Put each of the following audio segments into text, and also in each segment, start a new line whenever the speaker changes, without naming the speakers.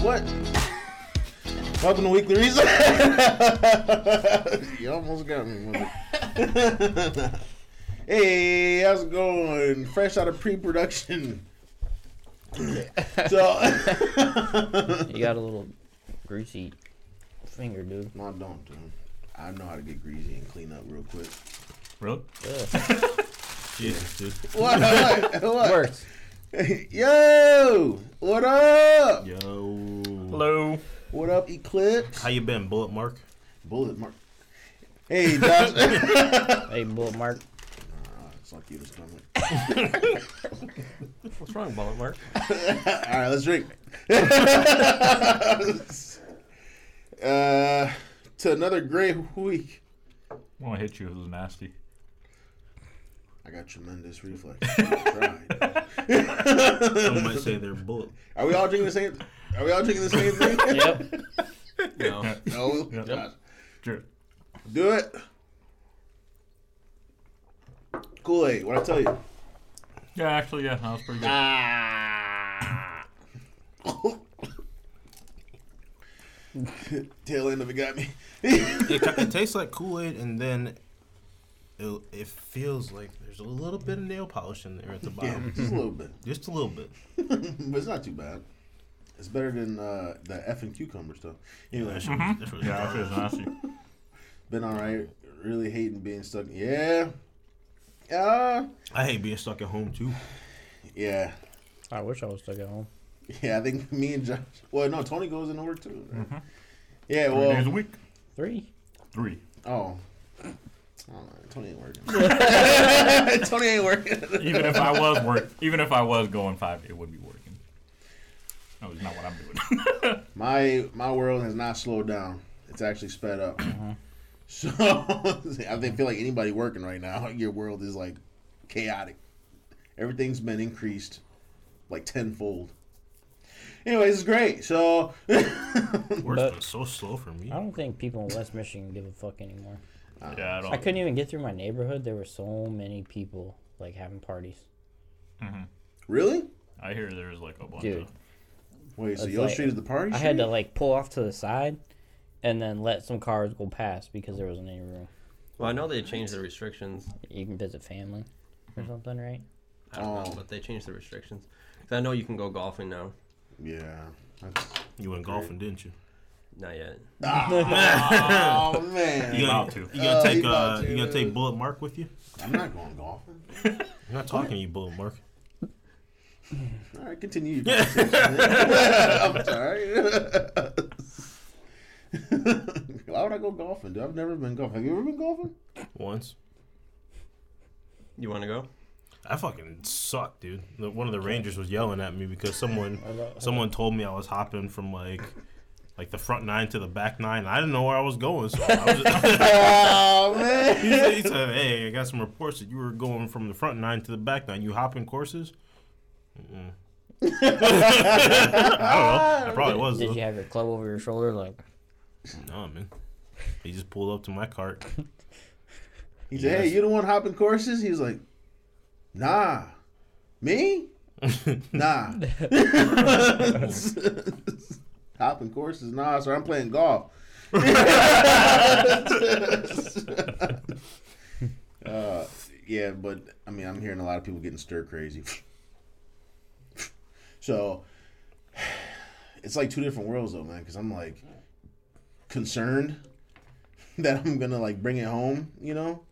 What? Welcome to Weekly Reset. you almost got me. with it. hey, how's it going? Fresh out of pre-production. so,
You got a little greasy finger, dude.
no, I don't, dude. I know how to get greasy and clean up real quick.
Really?
Ugh.
Jesus, dude.
What? what? what?
Worse.
Yo, what up?
Yo.
Hello.
What up, Eclipse?
How you been, Bullet Mark?
Bullet mark. Hey, Josh.
Hey, bullet mark.
Suck you in the stomach.
What's wrong, Bullet Mark?
All right, let's drink. uh, to another great week.
I want to hit you. It was nasty.
I got tremendous reflex. I tried.
Some might say they're bullet.
Are we all drinking the same? Are we all drinking the same thing?
Yep.
No.
No.
Yep.
Josh.
Sure.
Do it. Kool Aid. What I tell you?
Yeah, actually, yeah, that was pretty good.
Ah. Tail end of it got me.
It, ki- it tastes like Kool Aid, and then it, it feels like there's a little bit of nail polish in there at the
yeah,
bottom.
just a little bit.
Just a little bit.
but it's not too bad. It's better than uh, the F and cucumber stuff. Anyway,
That shit was- that shit was
Yeah,
dark.
that feels nasty.
been all right. Really hating being stuck. Yeah, yeah,
I hate being stuck at home too.
yeah,
I wish I was stuck at home.
yeah. I think me and Josh. Well, no, Tony goes into work too. right? Yeah.
Mm-hmm. Three days a
Well.
week.
Three.
Three.
Oh. Oh, Tony ain't working. Tony ain't working.
Even if I was work, even if I was going five, it would be working. No, it's not what I'm doing.
My my world has not slowed down. It's actually sped up.
Uh-huh.
So I think feel like anybody working right now, your world is like chaotic. Everything's been increased like tenfold. Anyways, it's great. So
Work's
But-
been so slow for me.
I don't think people in West Michigan give a fuck anymore.
yeah, I don't.
I couldn't even get through my neighborhood. There were so many people like having parties.
really,
I hear there's like a bunch
Dude.
of.
wait. So
It's
your
like-
street is the party.
I had to
street?
like pull off to the side and then let some cars go past because there wasn't any room.
Well, I know they changed the restrictions.
You can visit family or something, right?
I don't
Oh.
know, but they changed the restrictions. 'Cause I know you can go golfing now.
Yeah. That's,
You went golfing, didn't you?
Not yet.
oh man.
You
about
gonna,
to.
you
Oh,
gonna
he
take
about
uh,
to.
you gonna take Bullet Mark with you?
I'm not going golfing.
I'm not talking to you, Bullet Mark.
All right, continue. your conversation. I'm sorry. Why would I go golfing? Dude? I've never been golfing. Have you ever been golfing?
Once.
You want to go?
I fucking suck, dude. The- One of the rangers was yelling at me because someone someone told me I was hopping from like like the front nine to the back nine. I didn't know where I was going, so I was just,
Oh man.
he, said, he said, "Hey, I got some reports that you were going from the front nine to the back nine. You hopping courses?" Mm-mm. I don't know. I probably was.
Did
Though.
you have your club over your shoulder? Like,
No, man. He just pulled up to my cart.
He said, "Hey, you the one hopping courses?" He was like, "Nah, me? Nah, hopping courses? Nah, sir. I'm playing golf." uh, yeah, but I mean, I'm hearing a lot of people getting stir crazy. so it's like two different worlds, though, man. Because I'm like concerned that I'm gonna like bring it home, you know.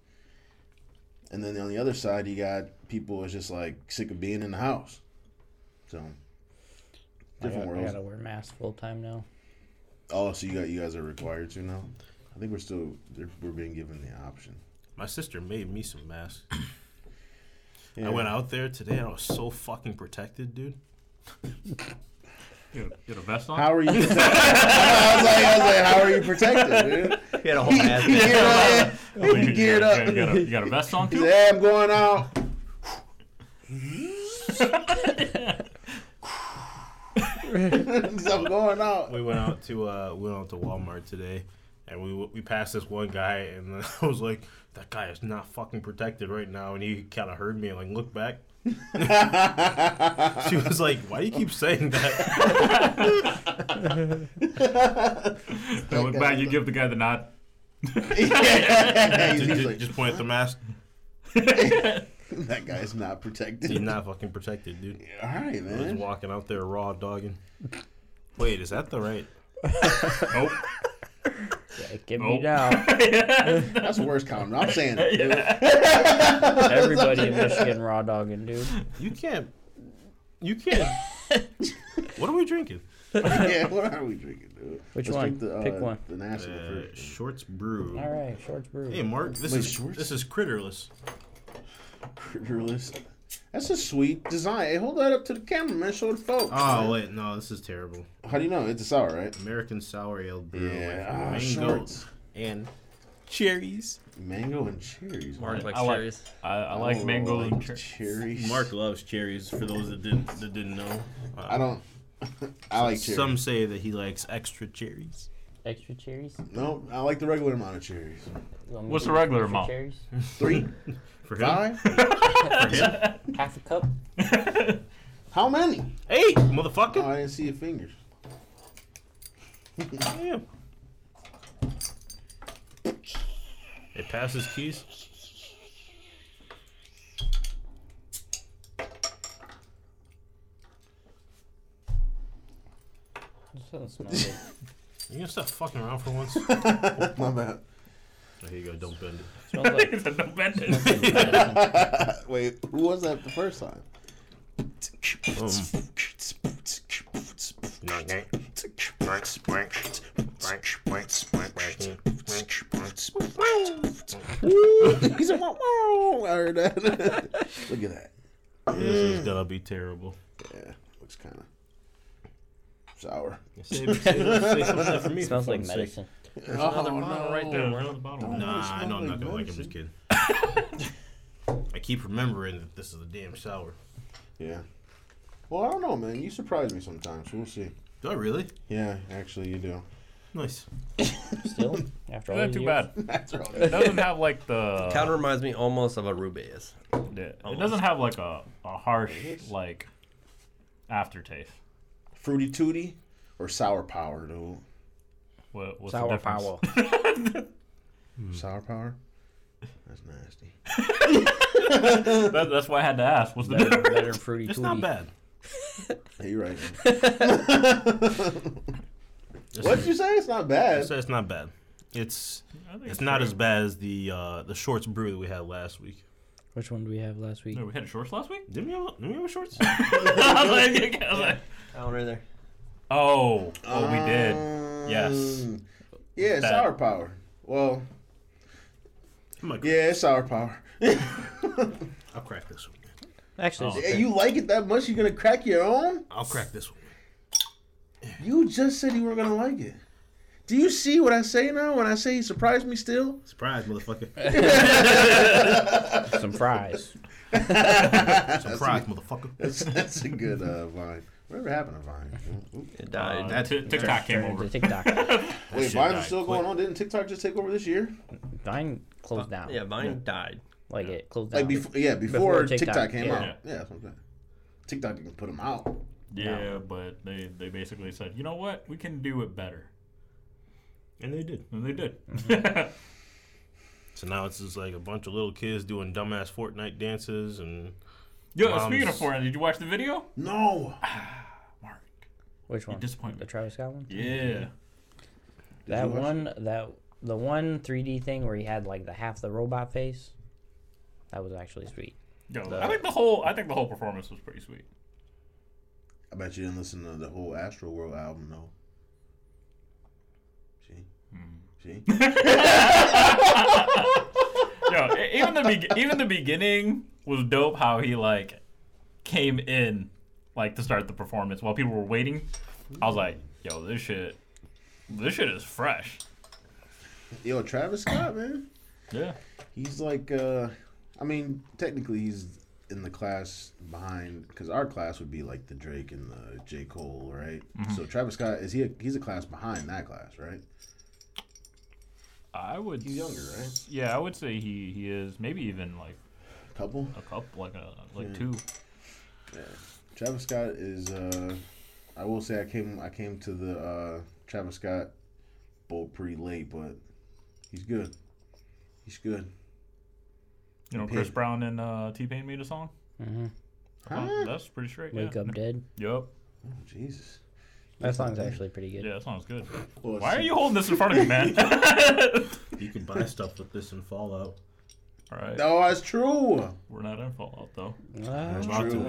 And then on the other side, you got people is just like sick of being in the house. So different
I, got, I
worlds.
gotta wear masks full time now.
Oh, so you got you guys are required to now. I think we're still they're- we're being given the option.
My sister made me some masks.
Yeah.
I went out there today. and I was so fucking protected, dude.
You got- you got a vest on?
How are you? Protected? I was like, I was like, how are you protected, dude?
He had a whole ass.
Geared up.
Oh,
yeah.
you- you
Geared
got- You
up.
got, a, you got a vest on
He
too?
said, hey, I'm going out. He said, I'm going out.
We went out to uh, we went out to Walmart today, and we we passed this one guy, and then I was like, that guy is not fucking protected right now, and he kind of heard me and like looked back. she was like, "Why do you keep saying that?"
Now look back, you give the guy the nod.
yeah.
Ju-
He's
ju-
like,
just point at the mask.
that guy's not protected.
He's not fucking protected, dude.
All right,
I was
man.
walking out there raw dogging. Wait, is that the right?
Nope.
Yeah, give me
Nope.
now.
That's the worst comment. I'm saying it. dude.
Everybody in Michigan raw dogging, dude.
You can't. You can't. what are we drinking?
Yeah, what are we drinking, dude?
Which
drink
one?
the,
Pick one.
The national
Uh,
first.
Shorts Brew.
All right, Shorts Brew.
Hey, Mark. This
Wait,
is
Shorts?
this is critterless.
Critterless. That's a sweet design. Hey, hold that up to the camera, man. Show the folks.
Oh wait, no, this is terrible.
How do you know? It's a sour, right?
American sour ale brew
Yeah. Ah,
with mango
shorts.
and cherries.
Mango and cherries.
Mark likes
I like-
cherries.
I, I like
Oh,
mango
like
and cher-
cherries.
Mark loves cherries. For those that didn't that didn't know, Uh,
I don't. I like cherries.
Some say that he likes extra cherries.
Extra cherries.
No, I like the regular amount of cherries.
You want me
What's
to
the
get
regular
extra
amount?
Cherries.
Three,
For him,
five,
Half a cup.
how many?
eight,
Oh,
motherfucker.
I didn't see your fingers.
Damn. It passes keys.
This doesn't smell good.
You gonna stop fucking around for once?
My bad.
Oh, here you go. Don't bend it.
smells like
It's a no bend.
Wait, who was that the first time? He's a wow, wow. I heard that. Look at that.
This is gonna be terrible.
Yeah, looks kind of sour.
Say, say, say something for me.
it
for
smells like
fuck's sake.
medicine.
There's
another one right there, right on the bottom.
Nah, I
smells
know I'm
like
not gonna like. I'm just kidding. I keep remembering that this is a damn sour.
Yeah. Well, I don't know, man. You surprise me sometimes. We'll see.
Do I really?
Yeah, actually, you do.
Nice.
Still, after all
Not
these
too
years,
bad.
After all
It doesn't have like
Uh,
the.
Kind of reminds me almost of a rubeus.
Yeah, it
Almost.
doesn't have like a, a harsh like aftertaste.
Fruity Tooty or Sour Power, dude?
What, what's the
Sour
difference?
power.
Sour Power? That's nasty.
That, that's why I had to ask. What's the
Better,
difference?
better than fruity
It's
tooty.
not bad.
Hey, you're right. man. What'd you say? It's not
I
bad.
said it's not bad. It's
I think
it's not
pretty-
as bad as the uh, the shorts brew that we had last week.
Which one did we have last week?
No, we had shorts last week.
Didn't we have, didn't we have shorts?
I was like- I was like,
That one right there.
oh, oh, we
Uh,
did. Yes.
Um, Yeah,
Bad.
Sour Power. Well,
I'm like,
yeah, it's Sour Power.
I'll crack this one.
Actually,
Oh.
it's
Yeah,
okay.
you like it that much? You're gonna crack your own?
I'll crack this one.
You just said you were gonna like it. Do you see what I say now? When I say he surprised me still?
Surprise, motherfucker!
some fries.
Surprise, motherfucker!
That's, that's a good uh, vine. Whatever happened to Vine?
It died.
Uh, T- TikTok came
Turn
over.
to TikTok.
Wait,
shit
Vines are
died
still going on. Didn't TikTok just take over this year?
Vine closed down.
yeah, Vine died.
Uh, Like it closed down.
Like before, yeah, before,
Before
TikTok,
TikTok,
came
yeah.
out. Yeah, that's what I'm saying. TikTok didn't put them out.
Yeah, but they they basically said, you know what, we can do it better,
And they did.
and they did.
Mm-hmm.
So now it's just like a bunch of little kids doing dumbass Fortnite dances and
Yo,
Mom's-
speaking of Fortnite, did you watch the video?
No.
Mark,
Which
you
one?
disappointed
The
me.
Travis Scott one?
Yeah,
That
you watch
one, that the one 3D thing where he had like the half the robot face. That was actually sweet.
yo, I think the whole I think the whole performance was pretty sweet.
I bet you didn't listen to the whole Astro World album, though. See? See?
Yo, e- even the be- even the beginning was dope. How he like came in like to start the performance while people were waiting. I was like, yo, this shit, this shit is fresh.
Yo, Travis Scott, man.
Yeah.
He's like, uh, I mean, technically he's in the class behind because our class would be like the Drake and the J Cole, right? So Travis Scott is he? A, he's a class behind that class, right?
I would.
He's younger,
s-
right?
Yeah, I would say he he is maybe even like
Couple.
a couple, like a like
Yeah.
two.
Travis Scott is. Uh, I will say I came I came to the uh, Travis Scott bowl pretty late, but he's good. He's good.
You know,
Okay.
Chris Brown and uh, T Pain made a song.
hmm
Huh?
That's pretty straight.
Wake
yeah.
Up Dead.
Yep.
Oh, Jesus.
That song's actually pretty good.
Yeah, that sounds good.
Well,
Why are
it's-
you holding this in front of me, man? All
You can buy stuff with this in Fallout.
right,
Oh, that's true.
we're not in Fallout though.
Ah,
About to
True.
be.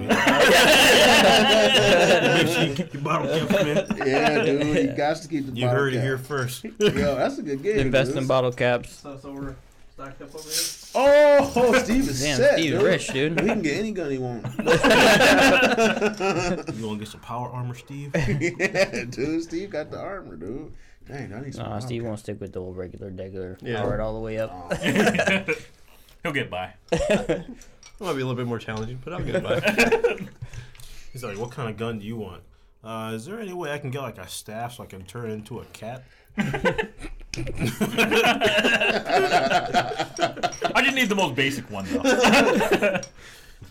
Make sure you keep your bottle kept, man.
Yeah, dude. You got to keep the
You
bottle
heard it
cap.
here first.
Yo, that's a good game.
Invest
dude.
in bottle caps.
So, so we're stocked up over here.
Oh, oh, Steve is
Damn,
set.
Steve's
dude.
rich, dude.
He can get any gun he wants.
You want to get some power armor, Steve?
yeah, dude. Steve got the armor, dude. Dang, I need some.
Nah,
bottle
Steve
cap.
won't stick with the old regular degular.
Yeah.
Power it all the way up.
He'll get by.
That might be a little bit more challenging, but I'll get by.
He's like, what kind of gun do you want? Uh, is there any way I can get like a staff so I can turn it into a cat?
I just need the most basic one though.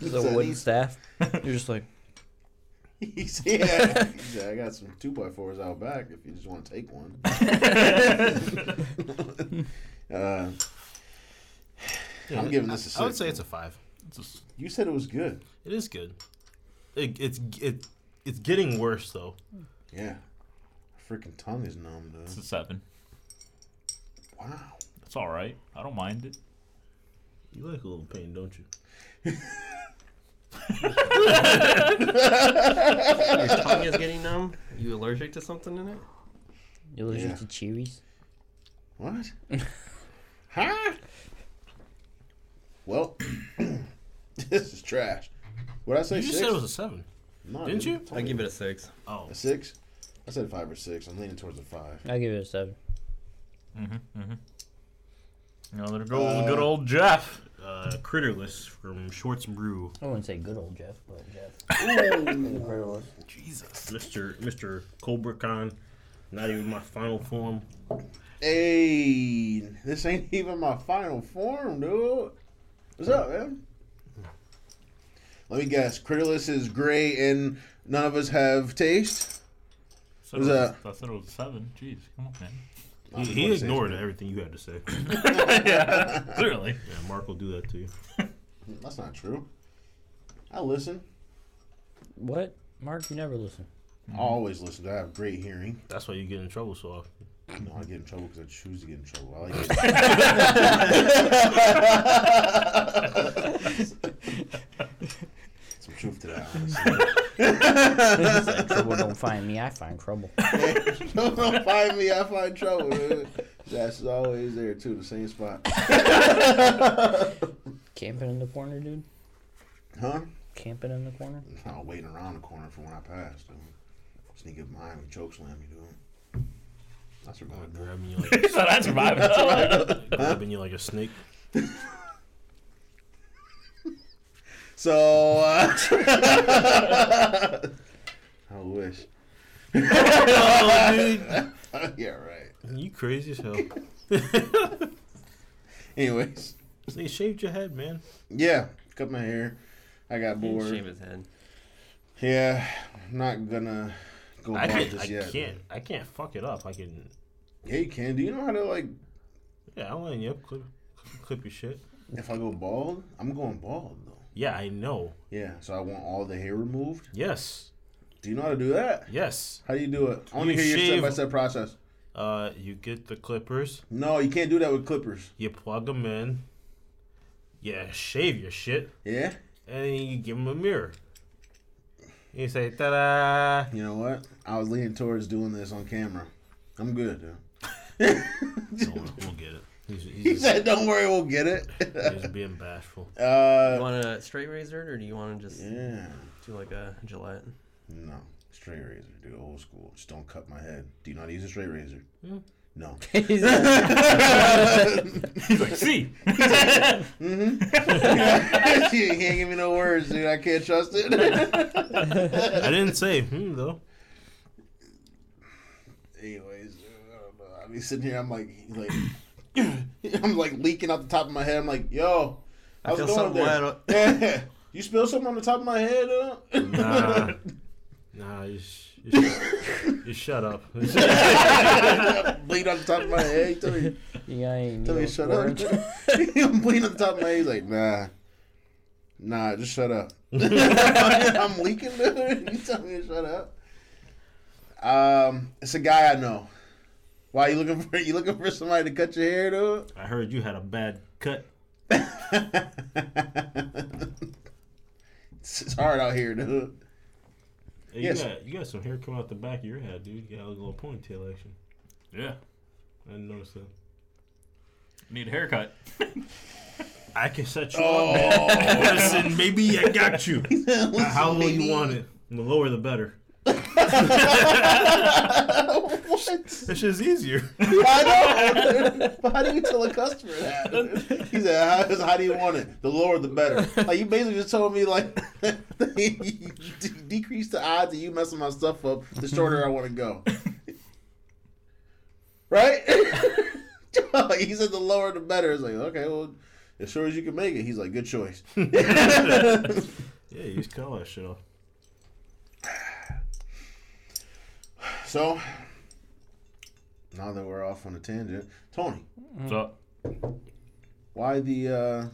It's a wooden staff. You're just like,
He's, yeah. He's like, I got some two by fours out back if you just want to take one. uh, I'm giving this a
I would
six,
say it's a five.
It's just-
you said it was good.
It is good. It, it's it, it's getting worse though.
Yeah. Her Freaking tongue is numb,
it's
dude.
a seven.
Wow.
It's all right. I don't mind it.
You like a little pain, don't you?
Your tongue is getting numb. You allergic to something in it?
you allergic
Yeah.
to Chewies?
What? huh? Well, this is trash. What I say?
You just
six?
said it was a seven.
No, I
didn't you?
I give it a six.
Oh,
a six. I said five or six. I'm leaning towards a five.
I give it a seven.
You know, there goes good old Jeff.
uh, Critterless from Schwartz Brew.
I wouldn't say good old Jeff, but Jeff.
Jesus, Mister Mister Colbricon. Not even my final form.
Hey, this ain't even my final form, dude. What's up, man? Let me guess. Critterless is gray and none of us have taste.
Said
Who's
it was-
that?
I said it was a seven. Jeez, come on, man.
He, he ignored everything you had to say. yeah,
yeah, clearly.
Mark will do that to you.
That's not true. I listen.
What? Mark, you never listen.
Mm-hmm.
I always listen. I have great hearing.
That's why you get in trouble so often.
No, I get in trouble because I choose to get in trouble. I like it. Some truth to that, honestly.
It's like, trouble don't find me, I find trouble.
Don't don't find me, I find trouble. Dude. That's always there too, the same spot,
Camping in the corner, dude.
huh?
Camping in the corner.
I'm waiting around the corner for when I pass. Dude. Sneak up behind me, choke slam me, dude. That's what
I'm
I'm doing.
grabbing you like
So that's surviving.
grabbing you like a snake.
So, uh, I wish.
Oh, dude,
yeah, right.
you crazy as hell.
Anyways,
They shaved your head, man.
yeah, cut my hair. I got
He didn't
bored.
Shave his head.
Yeah, I'm not gonna go
I
bald
can't.
just
I
yet.
can't. I can't fuck it up. I can.
Yeah, you can. Do you know how to like?
Yeah, I'm letting you clip, clip your shit.
If I go bald, I'm going bald though.
Yeah, I know.
Yeah, so I want all the hair removed.
Yes,
Do you know how to do that?
yes.
How do you do it? I want to
You
hear your
shave-
step by step process.
Uh, you get the clippers.
No, you can't do that with clippers.
You plug them in. Yeah, shave your shit,
Yeah?
and then you give them a mirror. You say ta da.
You know what? I was leaning towards doing this on camera. I'm good, dude.
we'll get it. He's,
He
he's, just,
said, don't worry, we'll get it.
he's just being bashful.
You
uh,
want a straight razor, or do you want to just
yeah.
do like a Gillette?
No. Straight razor, dude. Old school. Just don't cut my head. Do you not use a straight razor? No.
He's like,
He's like, see,
you can't give me no words, dude. I can't trust it.
I didn't say hmm though.
Anyways, dude, I don't know. I be sitting here. I'm like, he's like, I'm like leaking out the top of my head. I'm like, yo,
I
how's it
feel
going up
something
there?
wet.
Yeah. You spilled something on the top of my head? Uh?
Nah, nah, you, sh- you, sh- you shut up.
bleed on the top of my head. You Tell me,
You got any
tell me
needles,
shut
orange?
up. I'm bleeding on the top of my head. He's like, nah. Nah, just shut up. I'm leaking, dude. You tell me to shut up. Um, it's a guy I know. Why you looking for you looking for somebody to cut your hair, dude?
I heard you had a bad cut.
It's, it's hard out here, dude.
Hey,
Yes.
you, got, you got some hair coming out the back of your head, dude. You got a little ponytail action.
Yeah.
I didn't notice that.
Need a haircut.
I can set you up. man.
Oh,
Listen, maybe I got you. How low you want it? The lower, the better.
what?
This shit's easier.
I know. But how do you tell a customer that? He said, how, how do you want it? The lower, the better. Like you basically just told me like you de- decrease the odds of you messing my stuff up. The shorter I want to go. Right? he said the lower the better. It's like okay, well, as sure as you can make it. He's like, good choice.
Yeah, you just cut all that shit off.
so now that we're off on a tangent, Tony,
So
why the uh,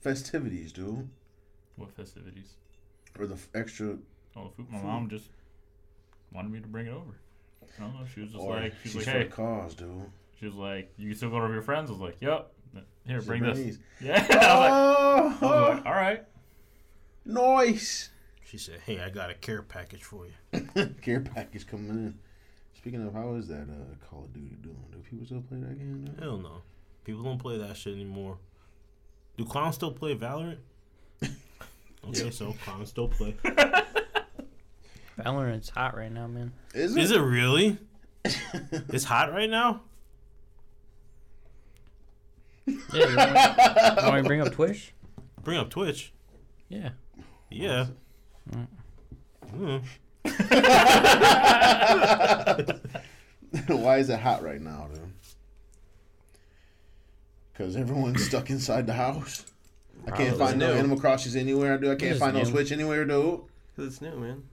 festivities, dude,
what festivities?
or the f- extra
All the food. My mom just wanted me to bring it over. I don't know. She was just
or
like, she's
she's
like,
for
hey.
the cause, dude.
She was like, you still going over to your friends? I was like, yep. Here,
She's
bring
like,
this.
"These."
Yeah. I was
Oh,
like, I was like, all right.
nice.
She said, "Hey, I got a care package for you."
Care package coming in. Speaking of, how is that uh, Call of Duty doing? Do people still play that game? dude?
Hell no, people don't play that shit anymore. Do clowns still play Valorant? Okay, so clowns still play.
Valorant's hot right now, man.
Is
Is it really? It's hot right now.
Yeah, you want, you want me to bring up Twitch?
Bring up Twitch.
Yeah.
Yeah. Mm.
Why is it hot right now, dude? Because everyone's stuck inside the house. I can't
Probably.
find no
No.
Animal Crossings anywhere, dude. I can't
It's
find no
new.
Switch anywhere, dude.
Cause it's new, man.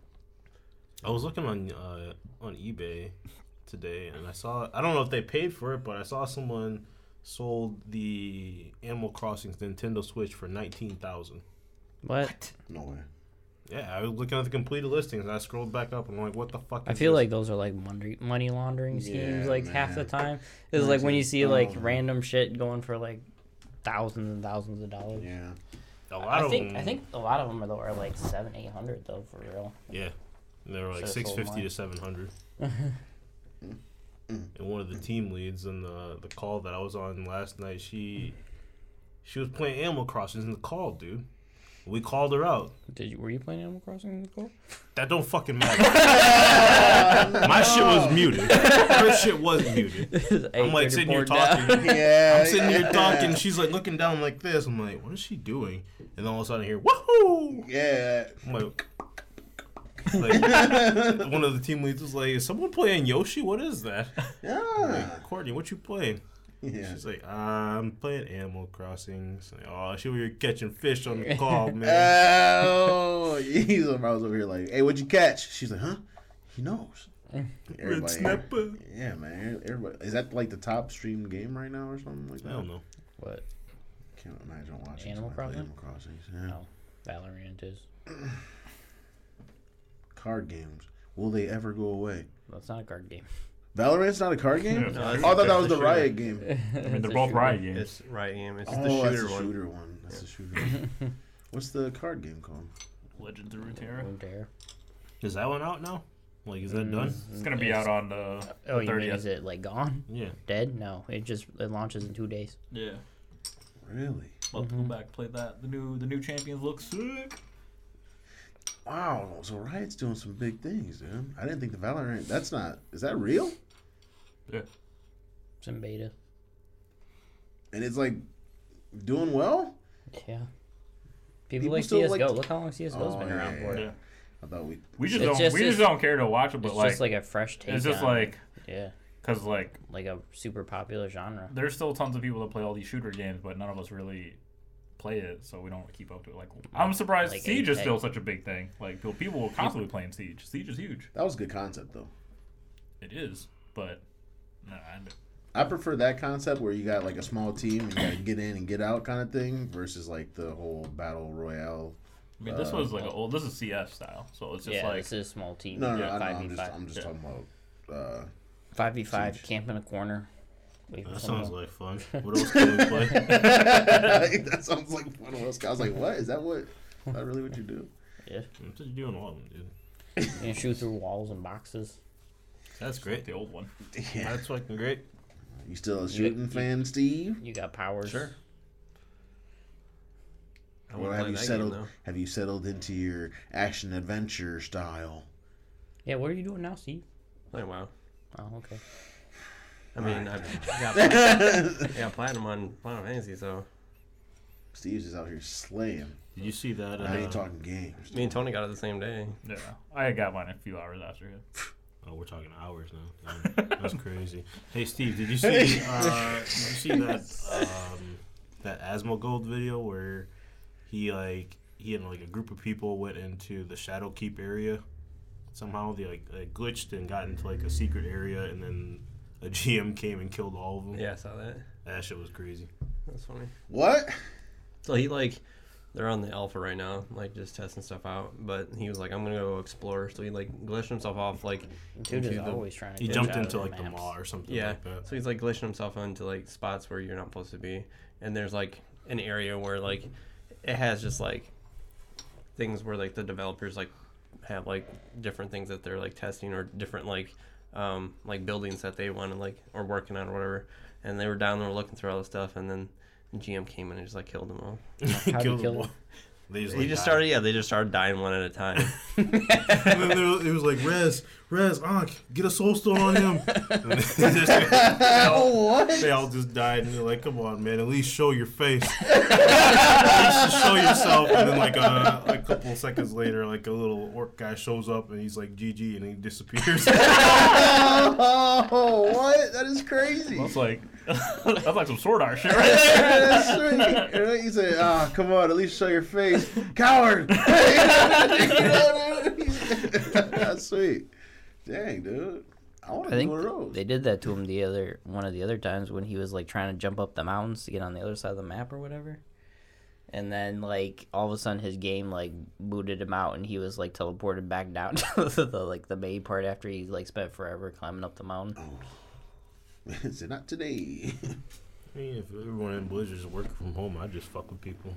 I was looking on uh, on eBay today, and I saw. I don't know if they paid for it, but I saw someone sold the Animal Crossing's Nintendo Switch for nineteen thousand.
What?
No way.
Yeah, I was looking at the completed listings, and I scrolled back up, and I'm like, "What the fuck?"
I
is
feel
this?
like those are like money money laundering schemes.
Yeah,
like half the
man.
time, it's Oh. like when you see like
19,000.
random shit going for like thousands and thousands of dollars.
Yeah.
a lot
I
of
think
them.
I think a lot of them are though are like seven eight hundred though for real.
Yeah, they were like
Should've sold
six fifty
mine.
to seven hundred. and one of the team leads in the the call that I was on last night, she she was playing Animal Crossing in the call, dude. We called her out.
Did you were you playing Animal Crossing? Nicole?
That don't fucking matter. My shit was muted. Her shit was muted. I'm like sitting here talking.
Yeah.
I'm sitting here
yeah.
talking. She's like looking down like this. I'm like, what is she doing? And then all of a sudden I hear, woohoo!
Yeah.
I'm like, like, one of the team leads was like, is someone playing Yoshi? What is that?
Yeah.
Like, Courtney, what you playing?
Yeah.
She's like, I'm playing Animal Crossing. It's like, oh, she were catching fish on the call, man.
Oh, he's I was over here like, hey, what'd you catch? She's like, huh? He knows.
Red
Everybody,
snapper.
yeah, man. Everybody, is that like the top streamed game right now or something like
I
that?
don't know.
What
Can't imagine watching
Animal
somebody play
Crossing?
Animal Crossing. Yeah.
No. Valorant is?
Card games. Will they ever go away?
That's not a card game.
Valorant's not a card game. Oh,
Yeah.
I
it's-
thought that
it's
was
the
the
shooter.
Riot game.
I mean, they're both riot games.
It's right game. It's
oh,
the shooter,
that's the
one.
shooter one. That's the shooter. one. What's the card game called?
Legends of Runeterra.
Is that one out now? Like, is that done?
Mm-hmm.
It's gonna be out on the
Oh, you mean
30th.
is it like gone?
Yeah.
Dead? No, it just it launches in two days.
yeah.
Really?
Love to go back play that. The new the new champions look sick.
Wow. So Riot's doing some big things, dude. I didn't think the Valorant. That's not. Is that real?
Yeah.
It's in beta.
and it's like doing well.
Yeah. People,
People
like
still
CS:GO.
like-
Look how long CS:GO's
Oh,
been
yeah,
around for.
yeah.
Yeah.
I thought we
We just
It's
don't
just-
we just
it's-
don't care to watch it, but
It's
like,
just like a fresh take.
it's just
on it.
like
yeah.
Because like
like a super popular genre.
there's still tons of people that play all these shooter games, but none of us really play it, so we don't keep up to it. Like I'm surprised
Like
Siege is
Apex.
still such a big thing. Like people- people are constantly playing Siege. Siege is huge.
That was a good concept though.
It is, but nah, I'm-
I prefer that concept where you got like a small team and you got to get in and get out kind of thing versus like the whole battle royale.
I mean, this
Uh,
was like a old. This is CS style, so it's just
yeah,
like
this is a small team.
No, no, no,
Yeah,
I know,
five
I'm
v
just
five.
I'm just
yeah.
talking about. Uh,
Five v five,
Siege.
camp in a corner. Wait for
That
someone
sounds
else.
like fun. What else can we play?
that sounds like one of those. I was like, what is that? What is that really what you do?
I'm just doing all of them, dude.
You can shoot through walls and boxes.
That's great.
the old one.
Yeah,
That's fucking great.
you still a shooting fan, Steve?
You got powers.
Sure. I
Or
wanna
have
play
you
that game,
settled?
though.
have you settled into your action adventure style?
Yeah, what are you doing now, Steve?
Like, wow.
Oh, okay.
I mean, I've got, I got platinum on Final Fantasy, so
Steve's is out here slaying.
Did you see that? Uh,
I
Uh-huh.
ain't talking games.
me and Tony got it the same day.
Yeah, I got mine a few hours after him.
Oh, we're talking hours now. Damn, That's crazy. Hey, Steve, did you see? Uh, did you see that um, that Asmogold video where he like he and like a group of people went into the Shadow Keep area? Somehow they like, like glitched and got into like a secret area, and then a GM came and killed all of them.
Yeah, I saw that.
that shit was crazy.
That's funny.
What?
So he like, they're on the alpha right now, like just testing stuff out. But he was like, I'm gonna go explore. So he like glitched himself off, like
Dude is
Into the-
always trying to.
He
glitch
jumped
out of
into
the
like the
maps.
mall or something
yeah.
like that.
So he's like glitching himself into like spots where you're not supposed to be, and there's like an area where like it has just like things where like the developers like have like different things that they're like testing or different like um like buildings that they wanted like or working on or whatever. And they were down there looking through all the stuff, and then the GM came in and just like killed them all.
How'd he
killed them
kill
all.
him?
They just,
He
like,
just
died.
started, yeah. They just started dying one at a time.
And then there was, it was like, Rez, Rez, Ankh, get a soul stone on him. And they, just, they, all, they all just died, and they're like, come on, man, at least show your face. at least show yourself. And then, like, uh, a, a couple of seconds later, like, a little orc guy shows up, and he's like, GG, and he disappears.
Oh, what? That is crazy.
That's like that's like some sword art shit right there.
That's right. And then You say, ah, come on, at least show your face. Coward! That's sweet. Dang, dude. I want
I
to do
think
one of those.
they did that to him the other one of the other times when he was like trying to jump up the mountains to get on the other side of the map or whatever. And then like all of a sudden his game like booted him out and he was like teleported back down to the, like the main part after he like spent forever climbing up the mountain.
Is it not today?
I mean, if everyone in Blizzard's working from home, I just fuck with people.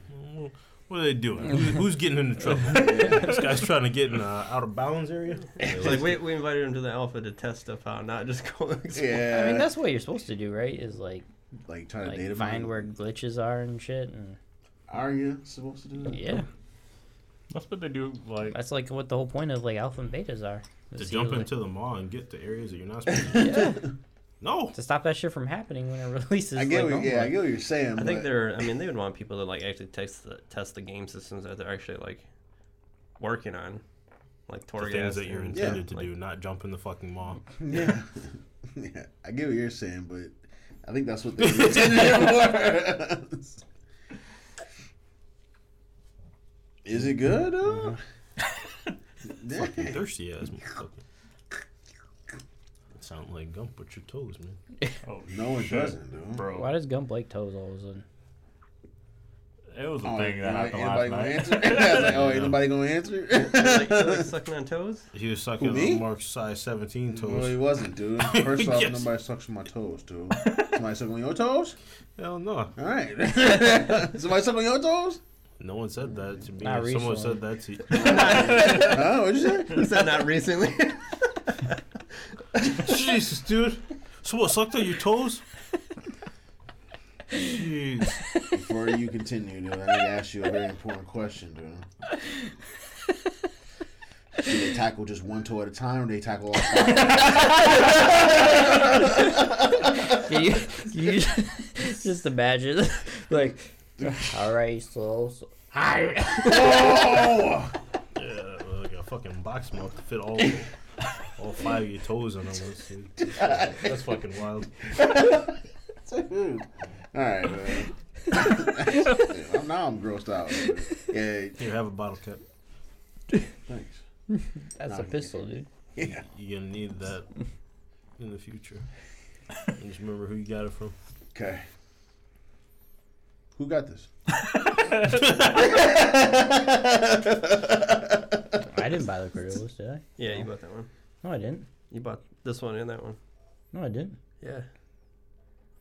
What are they doing? Who's, who's getting into trouble? This guy's trying to get in uh, out of bounds area.
It's like we, we invited him to the alpha to test stuff out, not just go. explore.
yeah.
I mean that's what you're supposed to do, right? Is like
like trying to
like
date
find
find
where glitches are and shit and
Are you supposed to do that?
yeah.
That's what they do. Like
That's like what the whole point of like alpha and betas are. is
to
see,
jump
like-
into the mall and get to areas that you're not supposed to.
yeah,
No.
to stop that shit from happening when it releases.
I get
like,
what, yeah, I
homework.
get what you're saying.
I think
but-
they're. I mean, they would want people to like actually test the test the game systems that they're actually like working on, like
The
Torghast.
things that you're
and-
intended to
like-
do, not jump in the fucking mall.
Yeah. yeah. I get what you're saying, but I think that's what they intended it for. Is it good? though?
Mm-hmm.
You
Dang.
thirsty ass motherfucker. Sound like gump with your toes, man.
oh
No, it
shit,
doesn't, dude.
bro.
Why does Gump like toes all of a sudden?
It was a
Oh,
thing that
ain't
happened
nobody
last
gonna
night.
answer? I was like, oh, ain't nobody gonna answer?
like, like sucking on toes.
He was sucking
Who, me?
on Mark's size 17 toes.
no, he wasn't, dude. First off,
Yes.
nobody sucks on my toes, dude. Somebody suck on your toes?
Hell no.
All right. Somebody suck on your toes?
No one said that to me.
Not
If Someone
recently.
said that to
Huh? What'd you say?
Is that not recently?
you. Jesus, dude. Someone sucked on your toes? Jeez.
Before you continue, dude, I need to ask you a very important question, dude. Do they tackle just one toe at a time, or do they tackle all five?
Can you, can you just imagine, like, all right, so, so hi.
oh!
Yeah, like a fucking box mouth to fit all of them. all five of your toes on almost. Dude. That's fucking wild.
Dude. All right, man. I'm- now I'm grossed out. man. Yeah,
Here, have a bottle cap.
thanks.
That's
Nah,
a pistol, dude.
Yeah.
You're gonna need that in the future. And just remember who you got it from.
Okay. Who got this?
I didn't buy the Crayolas, did I?
Yeah, you bought that one.
No, I didn't.
You bought this one and that one.
No, I didn't.
Yeah.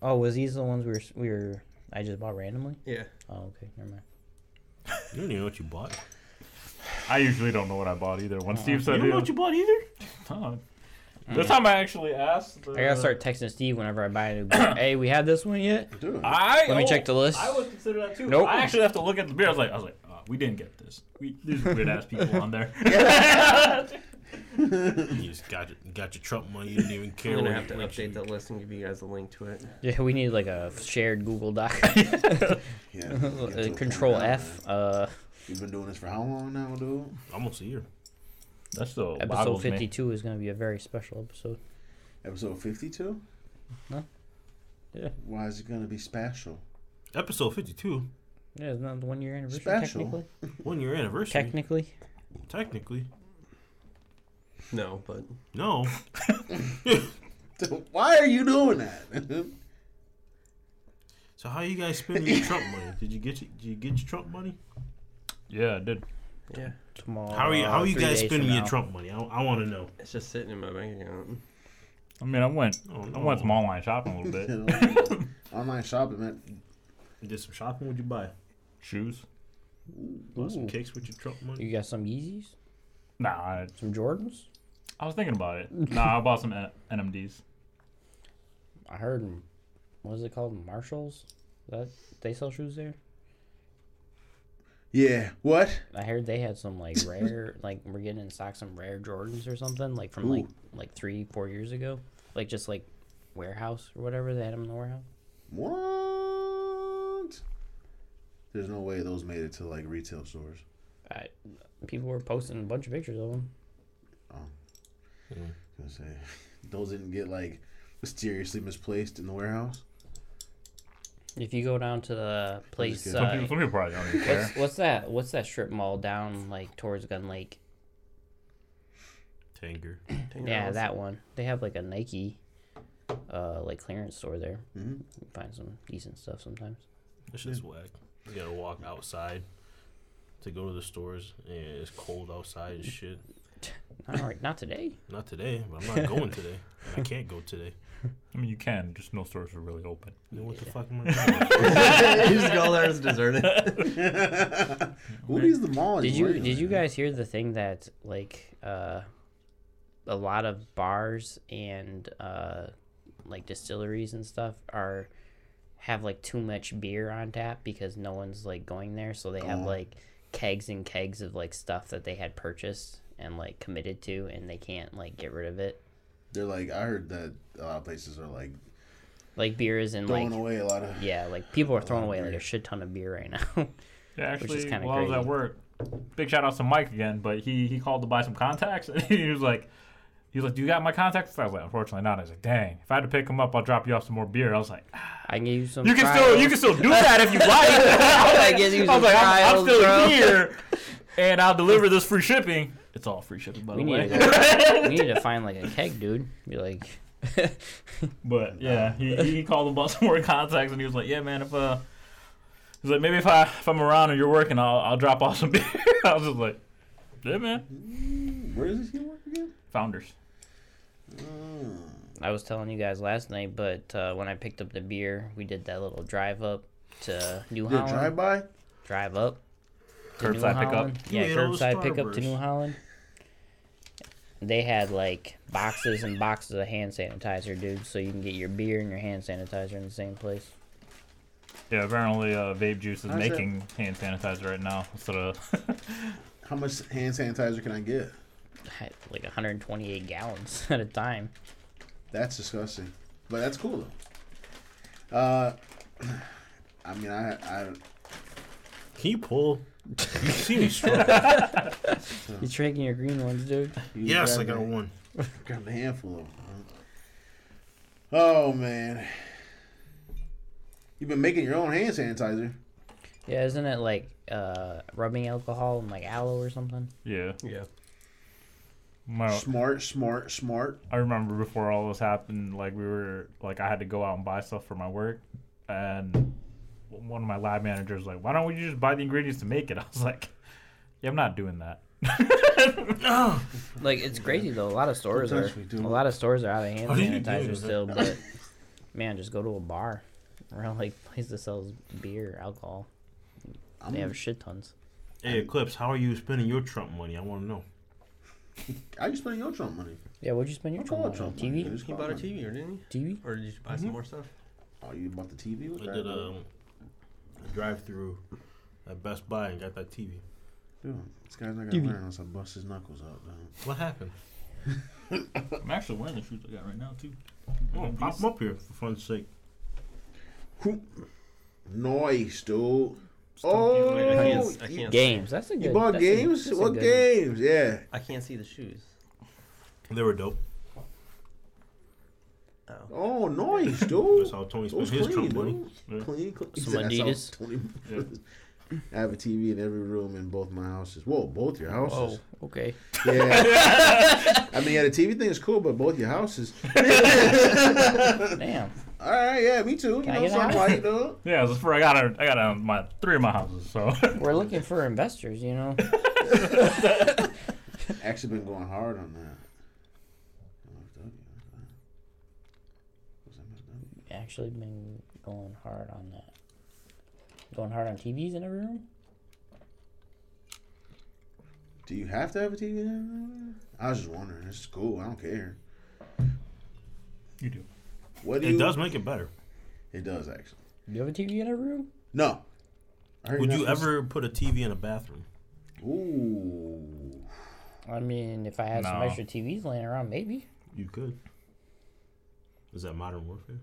Oh, was these the ones we were s- we were? I just bought randomly.
Yeah.
Oh, okay, never mind.
You don't even know what you bought.
I usually don't know what I bought either.
Uh-huh.
When Steve
You
said
don't know
it,
what you bought either? Mm.
Huh. this time I actually asked.
I gotta start texting Steve whenever I buy a new beer. hey, we have this one yet?
Dude.
I
Let me check the list.
I would consider that too.
Nope.
I actually have to look at the beer. I was like, I was like, uh, we didn't get this. We, there's weird ass people on there.
You just got your, got your Trump money. You didn't even care.
I'm
what
gonna
you-
have to
what you-
update that list and give you guys a link to it.
Yeah, we need like a shared Google Doc.
Yeah,
Uh,
get to the point
Control
now,
F.
man.
Uh,
You've been doing this for how long now, dude?
Almost a year.
That's so
episode
boggles me.
fifty-two is gonna be a very special episode.
Episode 52?
No. Yeah.
Why is it going to be special?
Episode 52.
Yeah, isn't that the one-year anniversary
Special.
technically?
One year anniversary.
Technically,
Technically.
No, but
No.
Why are you doing that?
So how you guys spending your Trump money? Did you get your, did you get your Trump money?
Yeah, it did.
yeah,
tomorrow.
How are you how are
Uh,
you
three
guys
days from
spending your
now.
Trump money? I, I want to know.
it's just sitting in my bank account.
I mean, I went.
Oh,
I
no.
went some online shopping a little bit.
Online shopping, man.
You did some shopping. What'd you buy?
Shoes.
Bought some
Ooh.
cakes with your Trump money.
You got some Yeezys,
Nah, I,
some Jordans.
I was thinking about it. Nah, I bought some N- NMDs.
I heard. 'em. What is it called? Marshalls. That they sell shoes there.
Yeah. What?
I heard they had some like rare, like we're getting in stock some rare Jordans or something, like from
Ooh.
like like three, four years ago, like just like warehouse or whatever. They had them in the warehouse.
What? There's no way those made it to like retail stores.
I, people were posting a bunch of pictures of them.
I was gonna say, those didn't get like mysteriously misplaced in the warehouse.
If you go down to the place,
kidding.
Some,
uh,
people, some people probably don't even care.
what's, what's that? What's that strip mall down like towards Gun Lake?
Tanger.
Dang it,
Yeah,
Alice.
that one. They have like a Nike, uh, like clearance store there.
Mhm.
You can find some decent stuff sometimes.
That shit's whack. You gotta walk outside to go to the stores, and it's cold outside and shit.
All right, not today.
Not today, but I'm not going today. I can't go today.
I mean, you can, just no stores are really open.
Then what the
Yeah.
fuck am I doing?
you just go there, it's deserted.
What is the mall?
Did
in
you
Lakeland?
did you guys hear the thing that like uh, a lot of bars and uh, like distilleries and stuff are have like too much beer on tap because no one's like going there, so they have
Oh.
like kegs and kegs of like stuff that they had purchased and like committed to, and they can't like get rid of it.
They're like, I heard that a lot of places are like
Like beer is in
throwing
like
away a lot of.
yeah, like people are throwing
of
away like
beer.
a shit ton of beer right now.
Yeah,
Which is
actually,
kinda
while I was at
crazy.
work, big shout out to Mike again, but he he called to buy some contacts, and he was like, he was like, "Do you got my contacts?" I was like, "Unfortunately not." I was like, "Dang, if I had to pick them up, I'll drop you off some more beer." I was like,
I can give you some.
"You can
trials.
still you can still do that if you like."
I
I
guess you
was
some
like, "I'm, I'm
trials,
still
bro."
here, and I'll deliver this free shipping." It's all free shipping, by
We
the
need,
way.
to go, we need to find like a keg, dude. Be like,
But yeah, he, he called him about some more contacts, and he was like, "Yeah, man, if uh." He's like, maybe if I if I'm around and you're working, I'll I'll drop off some beer. I was just like, yeah, man.
Where does this gonna work again?
Founders.
Oh.
I was telling you guys last night, but uh, when I picked up the beer, we did that little drive up to New
Did
Holland.
a drive by?
drive up. to New
Curbside pickup.
Holland. Yeah,
Yeah, those
curbside pickup to
Starbursts.
New Holland. They had like boxes and boxes of hand sanitizer, dude. So you can get your beer and your hand sanitizer in the same place.
Yeah, apparently uh, Vape Juice is
How's it?
making hand sanitizer right now instead of
How much hand sanitizer can I get?
Like 128 gallons at a time.
That's disgusting, but that's cool though. Uh, I mean, I, I
Can you pull You see me struggle.
You're drinking your green ones, dude.
You
yes, I
grab
got
a-
one.
Grabbed a handful of them. huh? Oh man, you've been making your own hand sanitizer.
Yeah, isn't it like uh, rubbing alcohol and like aloe or something?
Yeah.
Yeah.
Oh.
My,
Smart, smart, smart.
I remember before all this happened, like we were like I had to go out and buy stuff for my work, and one of my lab managers was like, "Why don't we just buy the ingredients to make it?" I was like, "Yeah, I'm not doing that."
Like it's crazy though. A lot of stores are
Sometimes we
a
do.
lot of stores are out of hand
How do you do
sanitizer
that?
still, but man, just go to a bar or like place that sells beer, alcohol.
I'm,
They
Mm.
have shit tons.
Hey, Eclipse, how are you spending your Trump money? I want to know.
How you spending your Trump money?
Yeah, what'd you spend your
Don't call it
Trump
Trump
on?
money, dude.
TV?
It's
You
called
bought a
money.
TV, or didn't you?
TV?
Or did you buy
Mm-hmm.
some more stuff?
Oh, you bought the TV with
I
that?
did um, a drive through at Best Buy and got that TV.
Dude, this guy's not gonna learn unless I bust his knuckles out. Dude.
What happened?
I'm actually wearing the shoes I got right now too.
Oh, pop 'em up here for fun's sake.
Whoop. Nice, dude.
I can't,
Oh,
s- I can't,
Games. That's a good.
you bought
that's a-
games?
that's a
what
good-
games? Yeah.
I can't see the shoes.
They were dope.
Oh.
Oh, nice,
That's
dude.
how Tony
Those
spent his
clean,
Trump money.
dude. Clean, clean. He
Some
said, "That's all
Adidas."
Tony-
Yeah.
I have a TV in every room in both my houses. Whoa, both your
Oh,
houses.
okay.
Yeah. I mean, yeah, the TV thing is cool, but both your houses.
Damn.
All right, yeah, me too. You
Can I
know,
get out?
something like, dude.
Yeah, that's where I got a, I got a, my three of my houses. So
We're looking for investors, you know.
Actually, been going hard on that. MFW. Was MFW?
Actually, been going hard on that. Going hard on TVs in every room.
Do you have to have a TV? in every room? I was just wondering. It's cool. I don't care.
you do.
What do
It
you?
does make it better.
It does actually.
You have a TV in every room?
No. I heard
Would
you're
you
not supposed
ever put a TV in a bathroom?
to- Ooh.
I mean, if I had some
No.
extra TVs laying around, maybe.
You could. Is that Modern Warfare?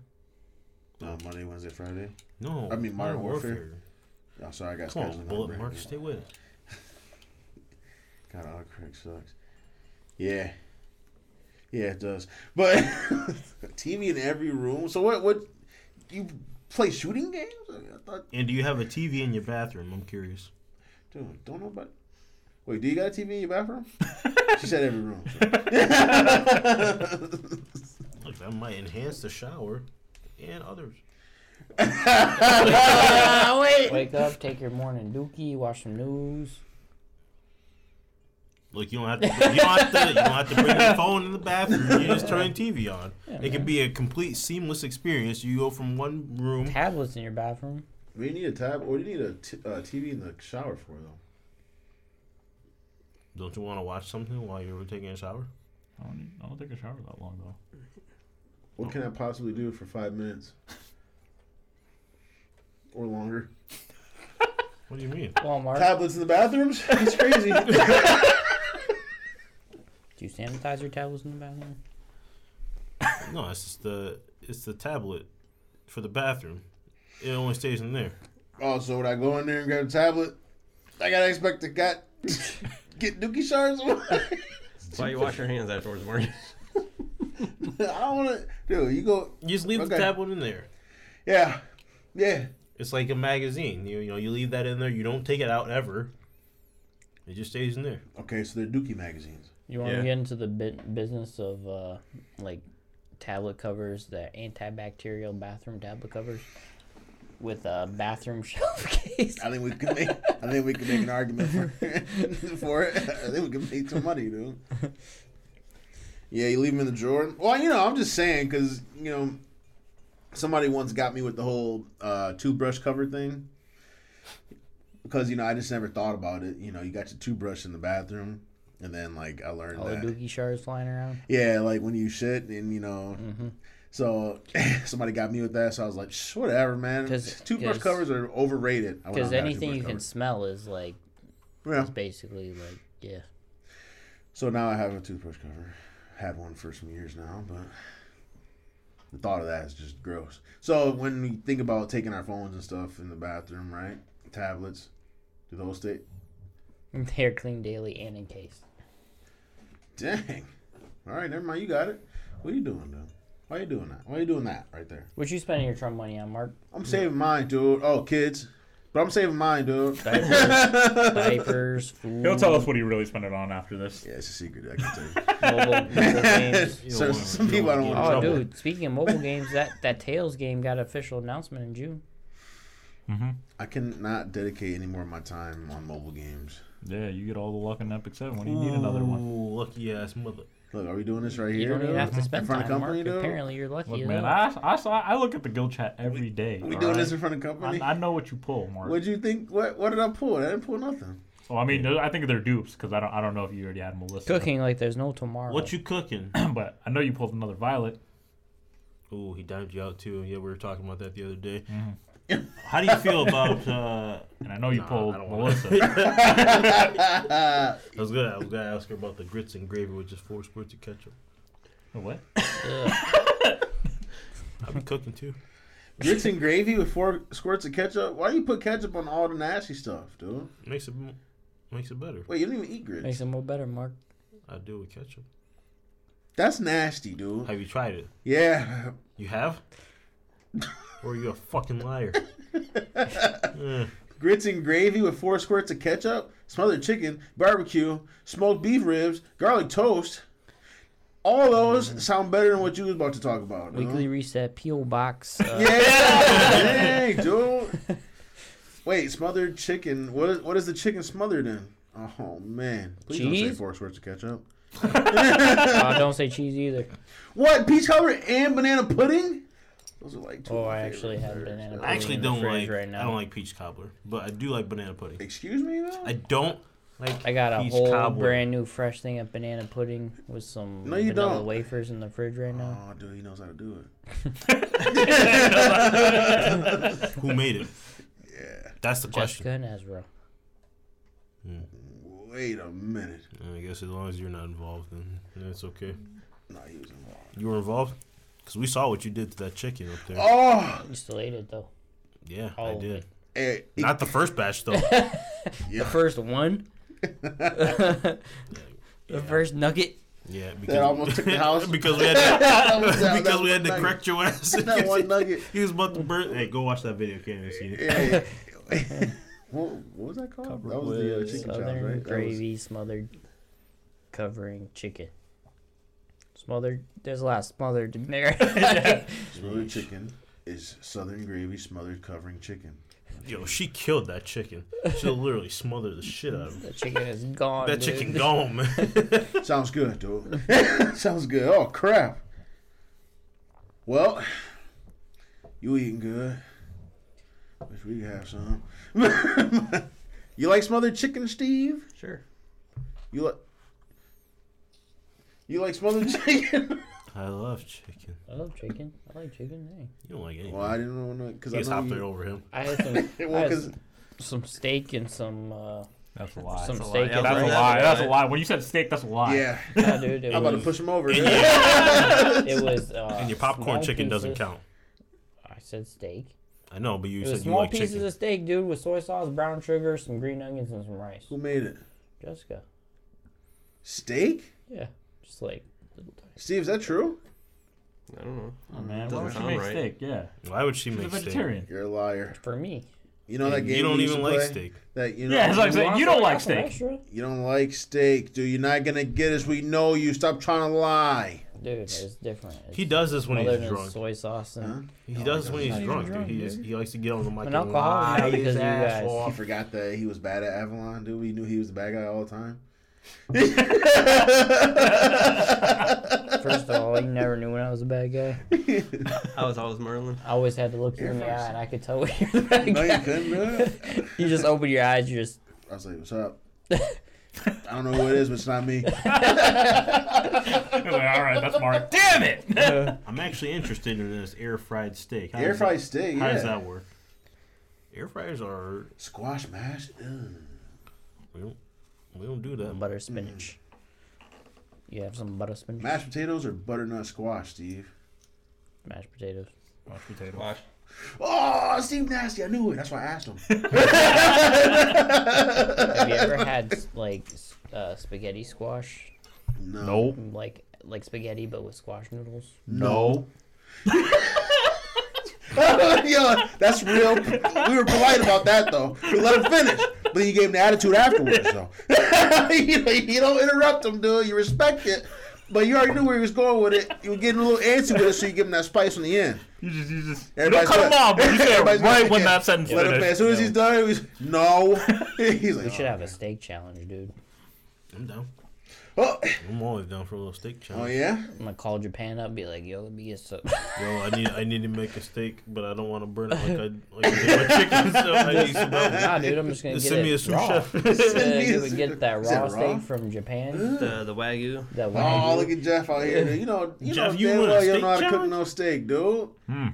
Uh, Monday, Wednesday, Friday.
No.
I mean, Modern Warfare. Oh, sorry, I got
Come
scheduled
on,
on
Bullet
break.
Mark, stay with it.
God, autocorrect sucks. Yeah. Yeah, it does. But TV in every room. So what? What you play shooting games? I, mean, I thought,
And do you have a TV in your bathroom? I'm curious.
dude, don't nobody. Wait, do you got a TV in your bathroom? she said every room.
Look, that might enhance the shower and others.
Wake up, take your morning dookie, watch some news.
Look, you don't have to. You don't have to. You don't have to bring your phone in the bathroom. You just turn the TV on. it can be a complete seamless experience. You go from one room.
Tablets in your bathroom.
We need a tab, or you need a t- uh, TV in the shower for though.
Don't you want to watch something while you're taking a shower?
I don't, need, I don't take a shower that long though.
What can I possibly do for five minutes or longer?
What do you mean?
Walmart.
Tablets in the bathrooms? It's crazy.
Do you sanitize your tablets in the bathroom?
No, it's just the it's the tablet for the bathroom. It only stays in there.
Oh, so would I go in there and grab a tablet? I gotta expect to got get dookie shards. I
That's why you wash your hands afterwards, Morgan.
don't want to, dude. You go,
You just leave the
Okay.
tablet in there.
yeah, yeah.
It's like a magazine. You, you know, you leave that in there. You don't take it out ever. It just stays in there.
Okay, so they're dookie magazines.
You want
Yeah.
to get into the bit business of uh, like tablet covers, the antibacterial bathroom tablet covers with a bathroom shelf case.
I think we could make. I think we could make an argument for, for it. I think we could make some money, dude. Yeah, you leave them in the drawer. Well, you know, I'm just saying because you know, somebody once got me with the whole uh, toothbrush cover thing. Because you know, I just never thought about it. You know, you got your toothbrush in the bathroom, and then like I learned
All the
that.
dookie shards flying around.
Yeah, like when you shit, and you know.
Mm-hmm.
So somebody got me with that, so I was like, Shh, whatever, man.
'Cause-
Toothbrush
'cause-
covers are overrated. I went out and
Because
got a
anything
toothbrush
you can
cover.
smell is like
Yeah.
it's basically like yeah.
So now I have a toothbrush cover. Had one for some years now, but the thought of that is just gross. So when we think about taking our phones and stuff in the bathroom, right? Tablets, Do the whole state?
They are clean daily and encased.
Dang. All right, never mind. You got it. What are you doing, dude? Why are you doing that? Why are you doing that right there?
What you spending your Trump money on, Mark?
I'm saving mine, dude. Oh, kids. But I'm saving mine, dude.
Diapers, diapers food,
He'll tell us what he really spent it on after this.
Yeah, it's a secret. I can tell you.
mobile, mobile games.
So-
wanna-
some
you
people I
don't
don't want.
wanna get
Oh,
Trouble.
dude! Speaking of mobile games, that that Tails game got an official announcement in June.
I cannot dedicate any more of my time on mobile games.
Yeah, you get all the luck in Epic Seven. When do you need another one?
Ooh, lucky ass mother.
Look, are we doing this right
You
here?
don't even
dude?
have to spend
in front
time.
of company,
Mark.
dude.
Apparently, you're lucky.
Look,
as
man,
hell.
I, I saw I look at the guild chat every day.
We
all
doing
right?
this in front of company.
I, I know what you pull, Mark.
What'd you think? What What did I pull? I didn't pull nothing.
well, I mean, I think they're dupes because I don't I don't know if you already had Melissa,
cooking like there's no tomorrow.
What you cooking?
but I know you pulled another Violet.
Ooh, he dimed you out too. Yeah, we were talking about that the other day.
Mm-hmm.
How do you feel about? uh
And I know you
Nah,
pulled
I don't wanna-
Melissa.
I was gonna, I was gonna ask her about the grits and gravy with just four squirts of ketchup.
what?
I've been cooking too.
Grits and gravy with four squirts of ketchup. Why do you put ketchup on all the nasty stuff, dude?
Makes it, m- makes it better.
Wait, you don't even eat grits.
makes it more better, Mark?
Uh-huh.
I do with ketchup.
That's nasty, dude.
Have you tried it?
Yeah.
You have? or are you a fucking liar? Eh,
Grits and gravy with four squirts of ketchup, smothered chicken, barbecue, smoked beef ribs, garlic toast. All those sound better than what you was about to talk about. dude.
Weekly reset, peel box. Uh,
Yeah, dang, dude. Wait, smothered chicken. What is what is the chicken smothered in? Oh man, please don't say
Cheese?
four squirts of ketchup.
uh, don't say cheese either.
What peach cobbler and banana pudding? Those are like two. of
Oh,
my
I
favorite
actually have
desserts,
banana
dude.
I actually
In the
don't
fridge
like.
right now.
I don't like peach cobbler, but I do like banana pudding.
Excuse me, though.
I don't like.
I got a
peach
whole
cobbler.
brand new fresh thing of banana pudding with some
No, you
vanilla
don't.
wafers in the fridge right
Uh,
now.
Oh, dude, he knows how to do it.
Who made it?
Yeah.
That's the
Jessica
question.
and Ezra.
Wait a minute.
I guess as long as you're not involved, then that's okay.
No, he was involved.
You were involved because we saw what you did to that chicken up there.
Oh,
You still ate it though.
yeah,
all
I
of
did.
it.
hey,
Not the first batch though.
The first one. the first nugget.
Yeah, because,
almost took the house.
because we had to,
because
because we had to correct your ass.
that one nugget.
He was about to burn. Hey, go watch that video, Cam. You see it?
Hey, what, what was that called? that was the uh,
with
chicken chops,
Southern
right? That was-
gravy smothered, covering chicken. Smothered. There's a lot of smothered in there.
Smothered chicken is southern gravy smothered covering chicken.
Yo, she killed that chicken. She literally smothered the shit out of
the
it.
chicken is gone.
That
dude.
chicken gone, man.
Sounds good, dude. Sounds good. Oh crap. Well, you eating good? Wish we could have some. you like smothered chicken, Steve?
Sure.
You like? You like smothered chicken?
I love chicken.
I love chicken. I like chicken. Hey.
You don't like anything.
well, I didn't want to because
He
I
just
know
hopped
you.
right over him.
I had some, I
Well,
had
'cause-
some steak and some. Uh,
That's a lie.
Some
that's
steak
a
and
lie.
fries.
That's a lie. When you said steak, that's a lie.
yeah,
nah, dude, it
I'm about to
was-
push him over.
And
dude.
It was. Uh,
And your popcorn
small
chicken doesn't
pieces-
count.
I said steak.
I know, but you
It was
said you
small
like
pieces
chicken.
of steak, dude, with soy sauce, brown sugar, some green onions, and some rice.
Who made it?
Jessica.
Steak?
Yeah, just like little tiny.
Steve, is that true?
I don't know.
Oh, man,
Doesn't
why would she
sound
make
right.
steak? Yeah,
Why would she
she's a
make steak?
vegetarian.
You're a liar.
For me.
You know that
You
game
don't
we used
even
to
like
play?
steak.
That you know.
Yeah, it's like saying
want
you
some?
don't
I
like
got some
steak.
extra?
You don't like steak, dude. You're not gonna get us. We know you. Stop trying to lie.
Dude, it's different. It's
He does this when
other
he's
than
drunk.
soy sauce and.
He does this when he's
not
drunk,
even
dude.
drunk,
He, is,
dude.
he likes to get on the mic
An
and "Ah,
alcoholic,
lie
not
his
because of you
ass
guys.
He
off.
forgot that he was bad at Avalon, dude. We knew he was the bad guy all the time.
First of all, you never knew when I was a bad guy.
I was always Merlin.
I always had to look you in the
Force.
eye, and I could tell when you're the bad
No, you
guy.
couldn't, bro.
You just open your eyes, you just.
I was like, "What's up?" I don't know who it is, but it's not me.
Like, All right, that's Mark. Damn it!
I'm actually interested in this air fried steak. How
Air
does
fried
that-
steak.
How
yeah.
does that work? Air fryers are
Squash mash. Ugh.
we don't we don't do that.
Butter
Mm.
spinach. You have some butter spinach?
Mashed potatoes or butternut squash, Steve.
Mashed potatoes.
Mashed potato.
Wash.
Oh, Steve Nasty, I knew it. That's why I asked him.
Have you ever had like s- uh, spaghetti squash,
No.
Nope.
like like spaghetti but with squash noodles?
No. yeah, that's real. We were polite about that though. We let him finish, but then you gave him the attitude afterwards. So you, know, you don't interrupt him, dude. You respect it, but you already knew where he was going with it. You were getting a little antsy with it, so you give him that spice on the end.
You just, you just. You don't
Everybody's
cut him
good.
off, but you say it
Everybody's
right
good.
when
Yeah.
that sentence
Let him finish. As
finishes.
soon as he's done, he's no. he's like,
We should
oh,
have a steak challenge, dude.
I'm down.
oh,
I'm always down for a little steak
oh
challenge.
yeah.
I'm gonna call Japan up, be like, "Yo, let me get some."
Yo, I need I need to make a steak, but I don't want to burn it like I like I did my chicken. So I need some help.
nah, dude, I'm just gonna
Just
get
send me a
it
sous
raw.
chef.
Send me
Yeah,
a
we
sous-
get that
Is it
raw
raw?
steak from Japan.
The the wagyu.
That
Oh,
wagyu.
look at Jeff out here. Dude. You know, you
Jeff,
know,
you
damn
want a
well you don't
steak
know how to cook
challenge?
no steak, dude.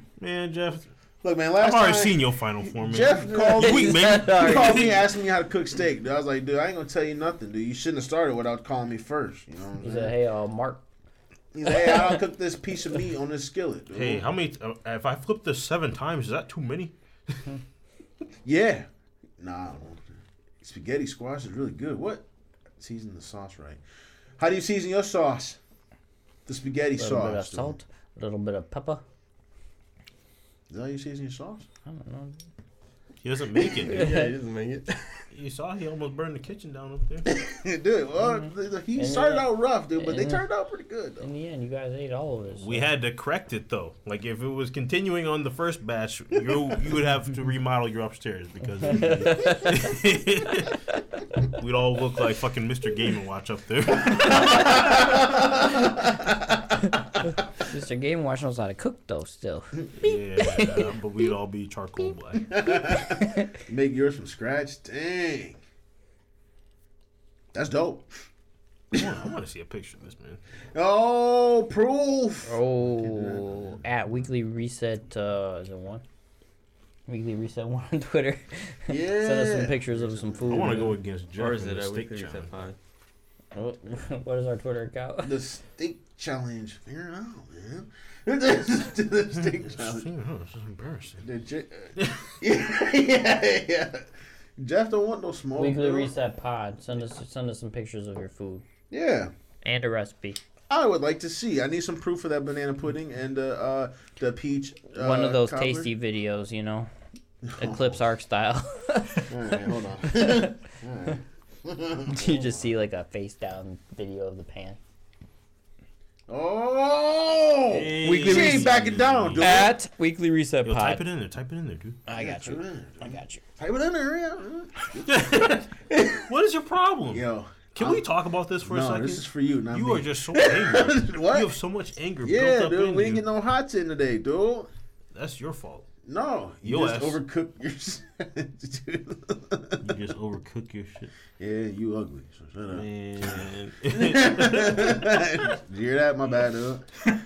Man, Jeff,
Look, man, last
I've already
time,
seen your final form. man.
Jeff called
It's
me.
weak,
He
baby.
called me asking me how to cook steak, dude. I was like, dude, I ain't gonna tell you nothing, dude. You shouldn't have started without calling me first. You know what I'm
He's like,
saying?
"Hey, uh, Mark."
He's like, hey, I'll cook this piece of meat on this skillet, dude.
Hey, how many? Uh, if I flip this seven times, is that too many?
Yeah. Nah. Spaghetti squash is really good. What? Season the sauce right. How do you season your sauce? The spaghetti
A little
sauce.
bit of
dude.
salt, a little bit of pepper.
Is that how you season your sauce?
I don't know.
He doesn't make it. Dude.
Yeah, he doesn't make it.
You saw he almost burned the kitchen down up there.
dude, well, th- th- he
Mm-hmm. And
started
then-
out rough, dude, but they
and-
turned out pretty good, though.
In the end, you guys ate all of this.
We had to correct it though. Like if it was continuing on the first batch, you you would have to remodel your upstairs because we'd all look like fucking Mr. Game and Watch up there.
Mr. Game Watch knows how to cook though. Still,
yeah, but we'd all be charcoal black.
Make yours from scratch? Dang. That's dope.
I want to see a picture of this man.
Oh, proof.
oh, at Weekly Reset, uh, is it one? Weekly Reset one on Twitter. Send us some
Yeah.
pictures of some food.
I want to go against Jeff
Or is
in
it
the
a
steak
weekly
challenge.
set pod?
What- What is our Twitter account?
The steak challenge. Figure it out, man. the steak
Oh,
challenge.
this is embarrassing.
The Je- uh, yeah, yeah, yeah. Jeff don't want no smoke.
Weekly
dude.
Reset Pod. Send us send us some pictures of your food
Yeah.
and a recipe.
I would like to see. I need some proof of that banana pudding and uh, uh, the peach. Uh,
One of those
cobbler.
tasty videos, you know, Eclipse Arc style.
All right, Oh, hold on. All right.
you just see like a face down video of the pan.
Oh,
Hey.
weekly. She ain't
Reset.
backing down, dude.
At Weekly Reset
Yo, type it
Pod.
in there. Type it in there, dude.
I got
Type it
you.
in.
I got you.
Type it in there. Yeah.
What is your problem?
Yo,
Can we talk about this for a
no,
second?
this is for you, not
you
me.
are just so angry.
what?
You have so much anger built
Yeah,
up
dude,
in
we
you.
didn't get no hot in today, dude.
That's your fault.
No, you
Your
just
ass.
overcooked your. s-
You just overcook your shit,
yeah, you ugly. So shut up.
man.
Did you hear that? My bad,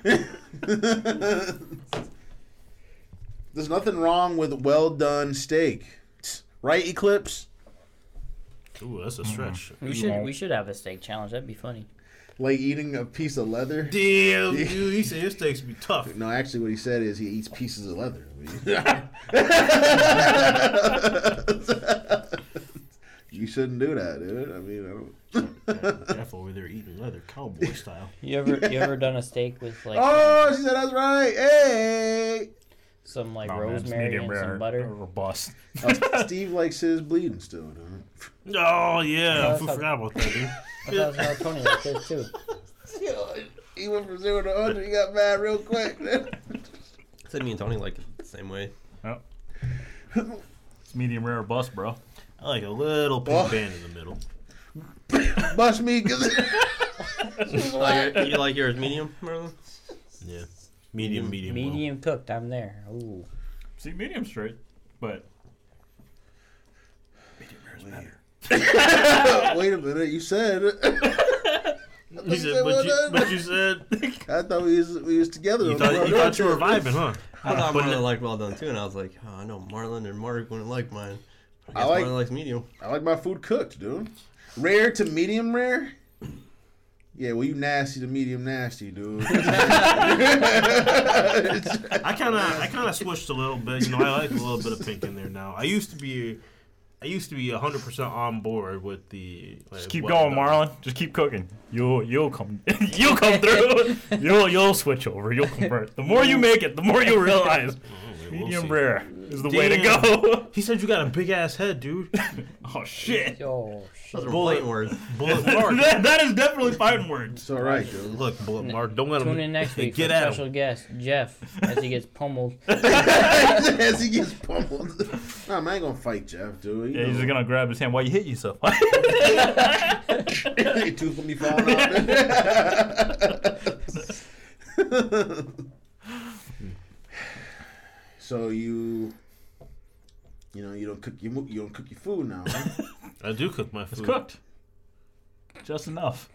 dude. There's nothing wrong with well done steak, right? Eclipse.
Ooh, that's a stretch.
Mm-hmm.
We should we should have a steak challenge. That'd be funny.
Like eating a piece of leather.
Damn, dude, he said his steaks be tough.
No, actually, what he said is he eats pieces of leather. you shouldn't do that, dude. I mean, I don't.
Jeff over there eating leather, cowboy style.
You ever you ever done a steak with like
Oh, she said that's right. Hey,
some like
Nah, Oh, man, it's
rosemary
medium
and
rare
some butter?
Or bust.
Oh, Steve likes his bleeding still. Dude.
Oh yeah, I
that's
forgot
not-
about that, dude.
I thought it was about Tony like this too.
He went from zero to hundred. He got mad real quick.
Said me and Tony like it the same way.
Yep. It's medium rare or bust, bro.
I like a little pink
Well-
band in the middle.
Bust me because
Like, you like yours medium, Merlin?
Yeah, medium, medium, well.
Medium cooked. I'm there. Ooh,
See, medium straight, but medium rare is better.
wait a minute. You said
He said, but you, but you said
I thought we was, we was together.
you
on
thought
the
you,
road
thought you were
trip.
vibing, huh?
I thought
Uh, But
Merlin
no-
liked well done too, and I was like, oh, I know Marlon and Mark wouldn't like mine. I
I
guess
like-
Marlon likes medium.
I like my food cooked, dude. Rare to medium rare. Yeah, well, you nasty to medium nasty, dude.
I kind of I kind of switched a little bit. You know, I like a little bit of pink in there now. I used to be. I used to be 100% on board with the. Like,
Just keep
what-
going, Marlon. Just keep cooking. You'll you'll come you'll come through. You'll you'll switch over. You'll convert. The more you make it, the more you realize
We'll
medium
see.
rare is the way to
Damn.
go.
He said you got a big ass head, dude.
oh shit!
Oh,
Those
shit.
are
Bullet-
bullet words.
Bullet Mark.
that, that is definitely fighting words.
it's all right, dude.
Look, Bullet Mark. Don't let him
Tune in next week
Get
for
at
special
him.
guest Jeff as he gets pummeled.
As he gets pummeled. Nah, man, I ain't gonna fight Jeff, dude. You
Yeah, he's just
know,
gonna grab his hand. Why you hit yourself?
your tooth gonna be falling out. so you, you know, you don't cook your mo- you don't cook your food now. Huh?
I do cook my food.
it's cooked. Just enough.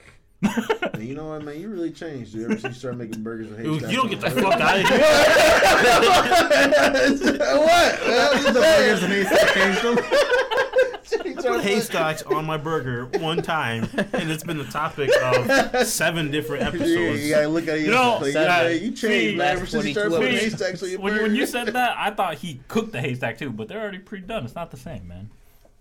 And you know what, man? You really changed, dude. Ever since you started making burgers with
Dude,
haystack
you don't get
on
the
it.
fuck out of here.
what? That was the burgers and
Put haystacks on my burger one time, and it's been the topic of seven different
Dude, you
episodes.
gotta look at it.
You know,
like,
that-
yeah, you changed,
see,
man. Ever since you started putting
see,
haystacks on your
when,
burger.
when you said that, I thought he cooked the haystack too, but they're already pre-done. It's not the same, man.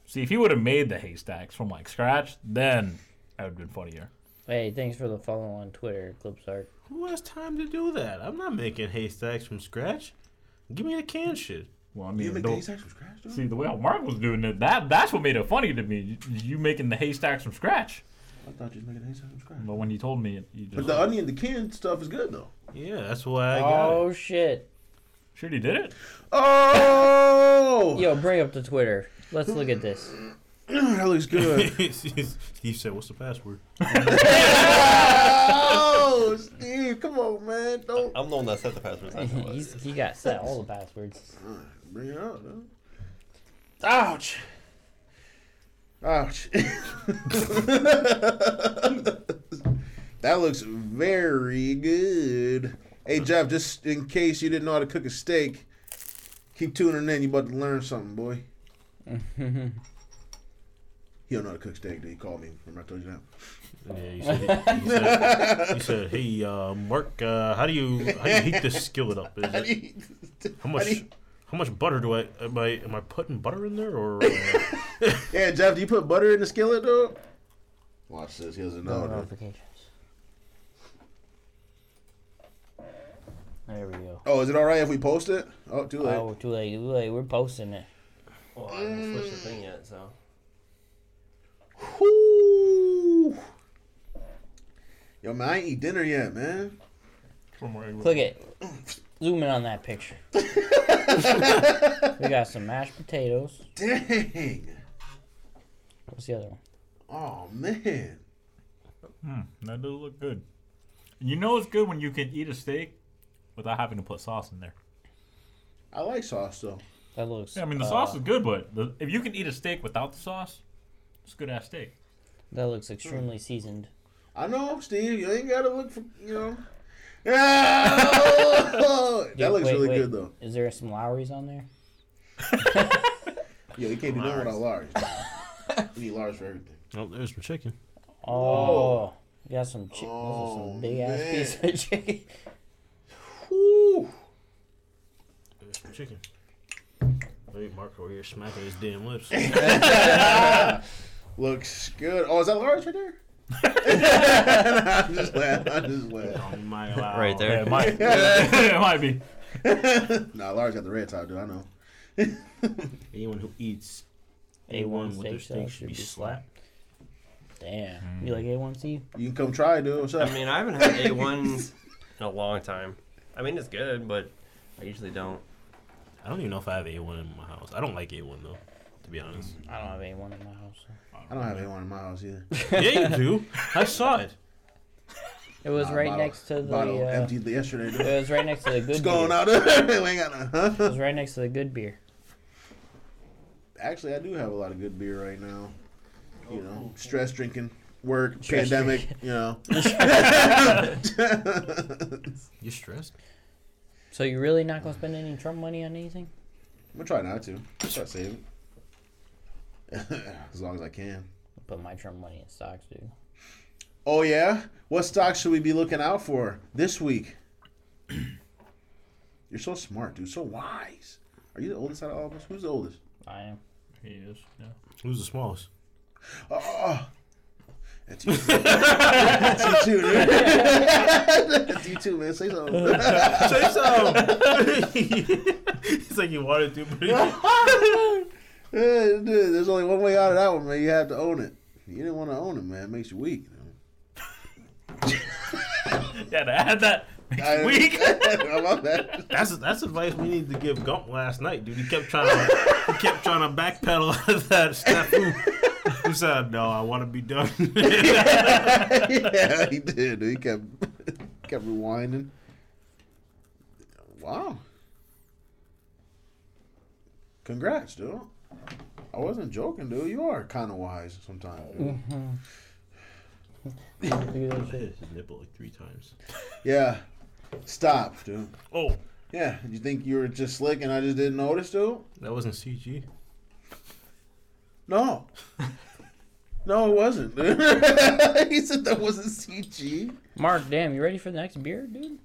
See, if he would have made the haystacks from like scratch, then that would have been funnier.
Hey, thanks for the follow on Twitter, Clipsart.
Who has time to do that? I'm not making haystacks from scratch. Give me the canned shit.
Well, I
you
mean,
make the
don't-
haystacks from scratch, dude?
see the way how Mark was doing it. That that's what made it funny to me. You, you making the haystacks from scratch.
I thought you was making haystacks from scratch.
But when you told me, it, you just
But the onion, the canned stuff is good though.
Yeah, that's why I got it.
Oh, shit.
sure he did it.
Oh,
Yo, bring up the Twitter. Let's look at this.
that looks
Oh,
good.
Steve said, "What's the password?"
oh, Steve, come on, man, don't
I'm the one that set the passwords. that's what it was.
He's, he got set all the passwords.
bring it up. Man. Ouch. Ouch. that looks very good. Hey Jeff, just in case you didn't know how to cook a steak, keep tuning in. You about to learn something, boy. he don't know how to cook steak. Then he called me. Remember I told you that.
Yeah, you said, you said, you said "Hey, uh, Mark, uh, how do you how do you heat this skillet up? Is it- how much
do you-
how much butter do I am I am I putting butter in there or?" Uh,
Yeah, Jeff, do you put butter in the skillet, though? Watch this. He doesn't know. Oh, dude.
notifications. There we go.
Oh, is it all right if we post it? Oh, too late.
Oh, too late, too late. We're posting it.
Well, I haven't switched the thing yet, so.
Whoo! Yo, man, I ain't eat dinner yet, man.
Click it. Zoom in on that picture. we got some mashed potatoes.
Dang.
What's the other one?
Oh man.
Hmm, that does look good. You know it's good when you can eat a steak without having to put sauce in there.
I like sauce though.
That looks.
Yeah, I mean the
uh,
sauce is good, but the, if you can eat a steak without the sauce, it's a good ass steak.
That looks extremely seasoned.
I know, Steve. You ain't gotta look for you know. Oh! that
Dude,
looks
wait,
really
wait.
good though.
Is there some Lowry's on there?
Yo, you can't do nothing without large. you need large for everything.
oh, there's some chicken.
Oh, we got some. Chi-
Oh,
those are some big ass
man.
piece of chicken.
Whoo!
There's some chicken. Hey, Mark over here smacking his damn lips. Oh
Looks good. Oh, is that large right there? I'm just laughing. I'm just laughing.
On my allow.
Right there.
Yeah, it might. it might be.
Nah, Lars got the red top, dude. I know.
Anyone who eats
A1
A1 with their
steak
steak
sauce
should be slapped.
Damn. You
Hmm.
like A1C?
You can come try, dude. What's up?
I mean, I haven't had A1 in a long time. I mean, it's good, but I usually don't.
I don't even know if I have A1 in my house. I don't like A1 though, to be honest.
I don't have A1 in my house.
I don't have anyone in my house either.
yeah, you do. I saw it.
It was
Nah,
right
bottle-
next to the.
bottle
Uh,
emptied yesterday. Dude.
it was right next to the good
What's going
beer.
on? we ain't got none,
It
huh?
was right next to the good beer.
Actually, I do have a lot of good beer right now. You know, stress drinking, work,
Stress
pandemic. You know.
You stressed?
So you really not gonna spend any Trump money on anything?
I'm gonna try not to. I'll try to save it as long as I can.
Put my Trump money in stocks, dude.
Oh yeah. What stocks should we be looking out for this week? You're so smart, dude. So wise. Are you the oldest out of all of us? Who's the oldest?
I am.
He is. Yeah.
Who's the smallest?
Oh, oh. That's you. That's you, too, dude. That's you too, man. Say something.
Say something. it's like you wanted to, but
Yeah, dude, there's only one way out of that one, man. You have to own it. You didn't want to own it, man. It makes you weak. you know.
Yeah, to add that
I- Oh,
next week.
I love that.
that's that's advice we need to give Gump last night, dude. He kept trying to he kept trying to backpedal out of that step. Who said no? I want to be done.
yeah, he did. He kept kept rewinding. Wow. Congrats, dude. I wasn't joking, dude. You are kind of wise sometimes. dude.
Hit his nipple like three times.
Yeah. Stop, dude.
Oh,
Yeah, you think you were just slick and I just didn't notice, dude?
that wasn't CG.
No. No, it wasn't. dude. he said that wasn't CG.
Mark, damn, you ready for the next beer, dude?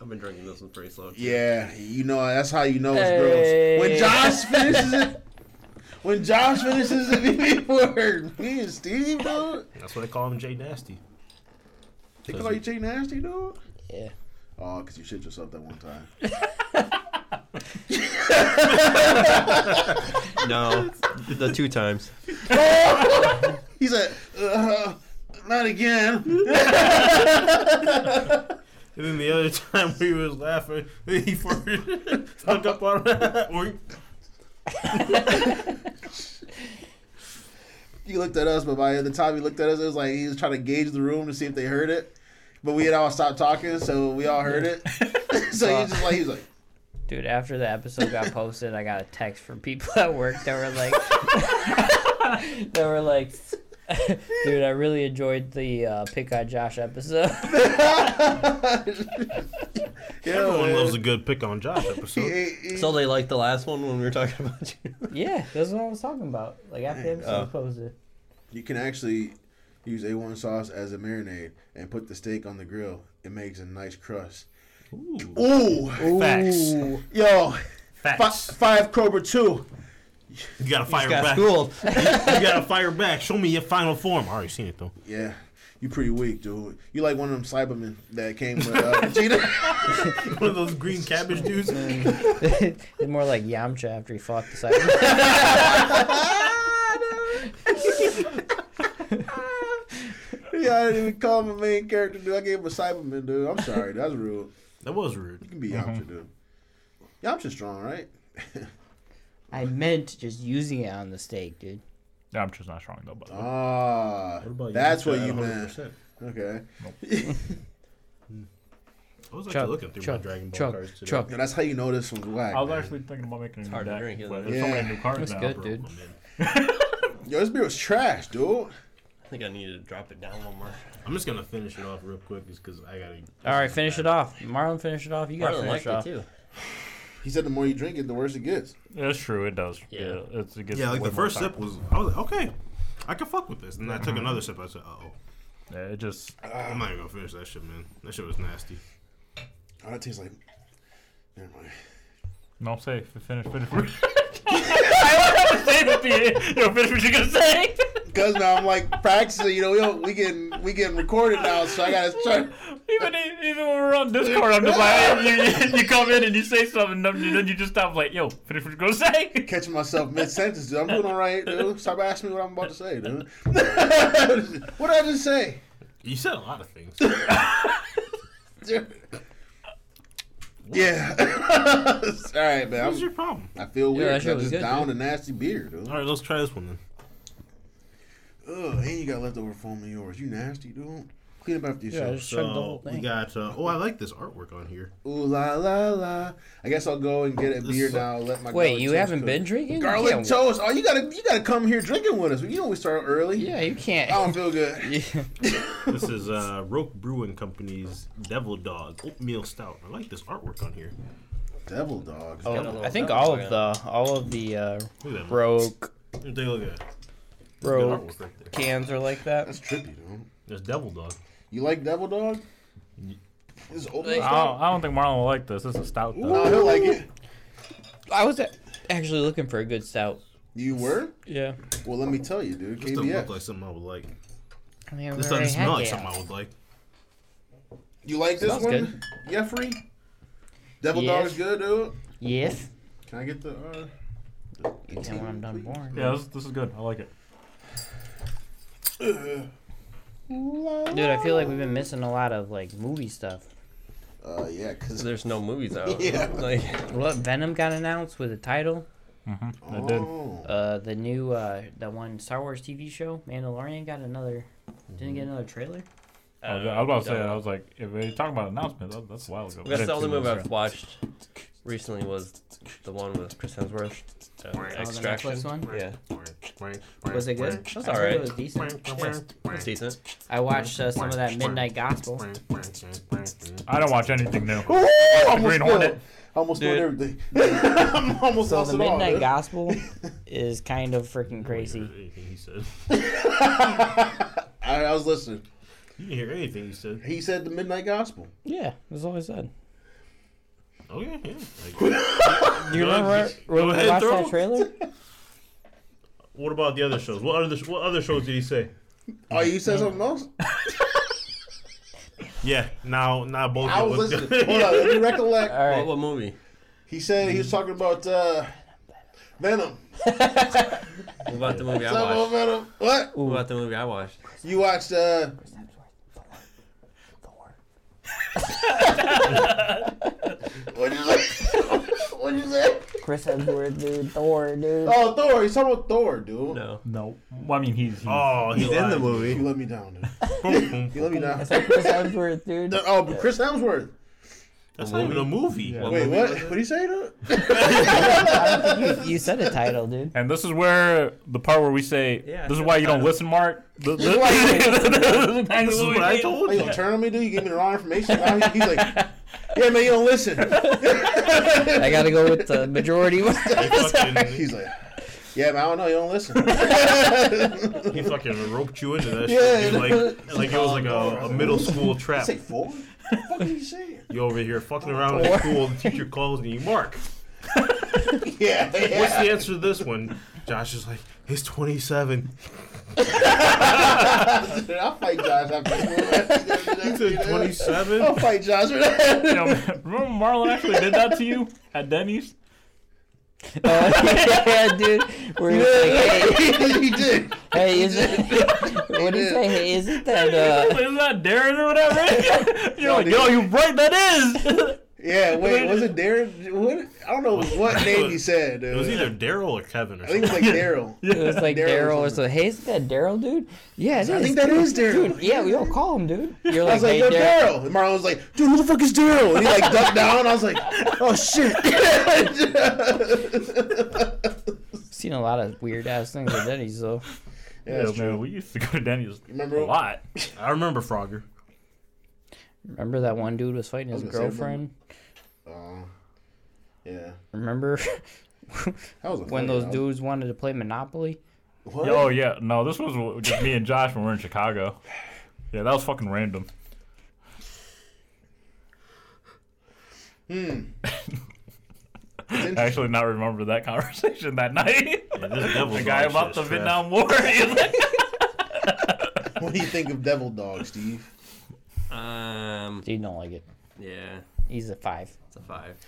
I've been drinking this one pretty slow.
Yeah, you know that's how you know it's
Hey.
girls. When Josh finishes it, when Josh finishes the BB word, me and Steve, dude.
That's why they call him Jay Nasty.
They call you Jay Nasty, dude.
Yeah.
Oh, because you shit yourself that one time.
No, the two times.
He said, uh, "Not again."
And then the other time we was laughing, he first stuck up on that. Or
He looked at us, but by the time he looked at us, it was like he was trying to gauge the room to see if they heard it. But we had all stopped talking, so we all heard it. so he was just like, he was like,
Dude, after the episode got posted, I got a text from people at work that were like, that were like, dude, I really enjoyed the uh, Pick on Josh episode.
yeah,
everyone
man.
loves a good pick on Josh episode.
He- he-
So they liked the last one when we were talking about you.
yeah, that's what I was talking about. Like after the episode
Oh.
was posted.
You can actually use A1 sauce as a marinade and put the steak on the grill. It makes a nice crust.
Ooh,
Ooh,
Facts.
Ooh.
yo, fi-
Facts.
five Cobra two.
You gotta fire
Got
back.
schooled.
You gotta fire back. Show me your final form. I already seen it though.
Yeah, you pretty weak, dude. You like one of them Cybermen that came with uh, Vegeta.
One of those green cabbage dudes.
it's more like Yamcha after he fought the cyber.
yeah, I didn't even call him a main character, dude. I gave him a Cyberman, dude. I'm sorry, that's rude.
That was rude.
You can
Mm-hmm.
be Yamcha, dude. Yamcha's strong, right?
I meant just using it on the steak, dude.
Yeah, I'm just not strong though.
Oh,
But
Ah, that's what you meant. Okay,
I was actually
Chuck,
looking through
Chuck,
my Dragon Ball
Chuck,
cards today.
Chuck.
Yo, that's how you know this one's whack.
I was
man.
actually thinking about making a new
hard to
deck,
drink, isn't
but
it?
there's so
Yeah.
many new cards
That's
now.
good,
bro.
dude.
I'm in.
Yo, this beer was trash, dude.
I think I need to drop it down one more.
I'm just gonna finish it off real quick, just because I gotta.
All right, finish it off. Marlon, finish it off. You got to finish it off.
too.
He said the more you drink it, the worse it gets.
That's true. It does.
Yeah.
Yeah, it's, it gets
Yeah, like
way
the
more
first
tough.
sip was. I was like, okay, I can fuck with this. And then I took another sip. I said, uh oh,
Yeah, it just
I'm not even gonna finish that shit, man. That shit was nasty.
Oh, that tastes like. Never mind.
no say f- finish finish. finish. I was saying at the end. Yo, finish what you're gonna say.
Cause now I'm like practicing. You know, we don't, we getting we getting recorded now, so I gotta start.
Even even when we're on Discord, I'm just like you, you come in and you say something, and then you just stop like, yo, finish what you're gonna say.
Catching myself mid sentence, dude. I'm doing all right, dude. Stop asking me what I'm about to say, dude. what did I just say?
You said a lot of things.
Yeah. all right, man.
What's your
I'm,
problem?
I feel
that
weird. 'cause
shit
I
was
just
good,
down a nasty beer, dude.
All right, let's try this one then.
Ugh, and you got leftover foam in yours. You nasty, dude. Clean up after
Yeah, I
yourself.
just chugged the whole
So we
thing.
got. Uh, oh, I like this artwork on here.
Ooh la la la. I guess I'll go and get a beer now. Let my
Wait,
garlic
you
toast
haven't
cook.
been drinking? You
garlic
can't-
toast. Oh, you gotta you gotta come here drinking with us. You know we start early.
Yeah, you can't.
I don't feel good.
Yeah.
This is uh, Roke Brewing Company's Devil Dog Oatmeal Stout. I like this artwork on here.
Devil dogs.
Got a little
Oh, I think
devil
all
dog
of the all of the uh,
Look at that.
broke
Take a look at that. Good
broke
artwork right there.
cans are like that.
That's trippy, dude.
There's Devil Dog.
You like Devil Dog? This old
Like-
I don't, I don't think Marlon will like this. This is stout
No,
though.
he'll like it.
I was a- actually looking for a good stout.
You were?
Yeah.
Well, let me tell you, dude.
This doesn't
KBF.
look like something I would like.
I mean,
This
we already
doesn't smell
had
like
Gale.
something I would like.
You like this
Sounds
one,
good.
Jeffrey? Devil
Yes.
Dog is good, dude.
Yes.
Can I get the? Uh,
You tell when I'm done born.
Yeah, this, this is good. I like it.
Uh,
Dude, I feel like we've been missing a lot of like movie stuff.
uh yeah, cause
There's no movies out.
Yeah.
Like
What Venom got announced with a title?
Mm-hmm. I did.
oh,
Uh, the new uh, the one Star Wars TV show Mandalorian got another. Didn't get another trailer.
I was, I was about to say that. I was like, if we're talking about announcements, that, that's a while ago.
That's the only movie I've
I've
watched recently was the one with Chris Hemsworth, uh, Extraction.
Oh, Netflix one?
Yeah,
Was it good?
That's
I heard
alright.
It was decent. Yeah.
it's decent.
I watched uh, some of that Midnight Gospel.
I don't watch anything new.
almost
Green Hornet.
spilled- Almost spilled everything. I'm almost
So
lost
the
it all,
Midnight
dude.
Gospel is kind of freaking
You
crazy.
didn't hear anything he said.
I, I was listening.
You didn't hear anything he said.
He said the Midnight Gospel.
Yeah, that's all I said.
Okay, yeah. Like,
Do you
Go
remember
ahead,
when we
throw
watched
it.
that trailer?
what about the other shows? What other what other shows did he say?
Oh, you said something else?
Yeah, now now both.
I
of
was
us-
listening. Hold on, let me recollect.
All
What,
right.
what movie?
He said he was talking about uh, Venom.
What about the movie I
Talking about
watched?
Venom. What?
What about the movie I watched?
You watched uh, what'd you say? what'd you say?
Chris Hemsworth, dude. Thor, dude.
Oh, Thor. He's talking about Thor, dude.
No.
No. Well, I mean, he's. he's
Oh, he's in the
You let me down, dude.
movie.
You let me down.
Chris Hemsworth, dude.
Oh, but Chris Hemsworth.
That's not even a movie.
What
Wait,
movie
what?
was it?
What do you say? dude?
I don't think you, you said a title, dude.
And this is where the part where we say,
Yeah,
"This is
I
why you
thought
don't
it-
listen, Mark." Th- th-
This is what I told
Are you
you.
gonna turn on me, dude? You gave me the wrong information. Now he- he's like, yeah, man, you don't listen.
I gotta go with the majority.
He fucking,
He's like, yeah, man, I don't know. You don't listen.
he fucking roped you into that
Yeah,
shit. dude. Like, like it was like a, a middle school trap.
Say four? What the fuck are you saying?
You over here
Oh,
fucking around in school. The teacher calls and you mark.
Yeah, yeah.
What's the answer to this one? Josh is like, it's 27.
Dude, I'll fight Josh after school. I'll
He said 27.
fight Josh for that.
Yo, man, remember Marlon actually did that to you at Denny's?
yeah, dude. We're just like,
he did.
hey, hey, is it? What do you say? Hey, is it that?
Is
Uh,
that Darren or whatever? You're like, yo, you right, that
Yeah, wait, was it Darren? What? I don't know what name he said. Dude.
It was either Daryl or Kevin or
I think it
something.
was like Daryl.
is.
it was like
Daryl or
Daryl or
something.
so. Hey, is that Daryl, dude? Yeah, it is.
I think that is Daryl.
Dude, yeah, we all call him, dude. You're
I
like,
was like,
hey,
yo,
Daryl.
Daryl. And Marlon was like, dude, who the fuck is Daryl? And he like ducked down. I was like, oh shit.
Seen a lot of weird ass things at Denny's though.
yeah,
Yeah,
that's
man,
true.
we used to go to Denny's
Remember-
a lot.
I remember Frogger.
Remember that one dude was fighting his
was gonna say,
girlfriend?
Uh, yeah.
Remember
That was a
when
funny
those
house.
dudes wanted to play Monopoly?
What?
Oh yeah, no, this was just me and Josh when we were in Chicago. Yeah, that was fucking random.
Hmm.
I actually not remember that conversation that night.
Yeah, this devil's
the guy
dog
about
shit
the
is trash.
Vietnam War. He's like,
what do you think of Devil Dog, Steve?
Um.
Dude, don't like it.
Yeah,
He's a five.
it's a five.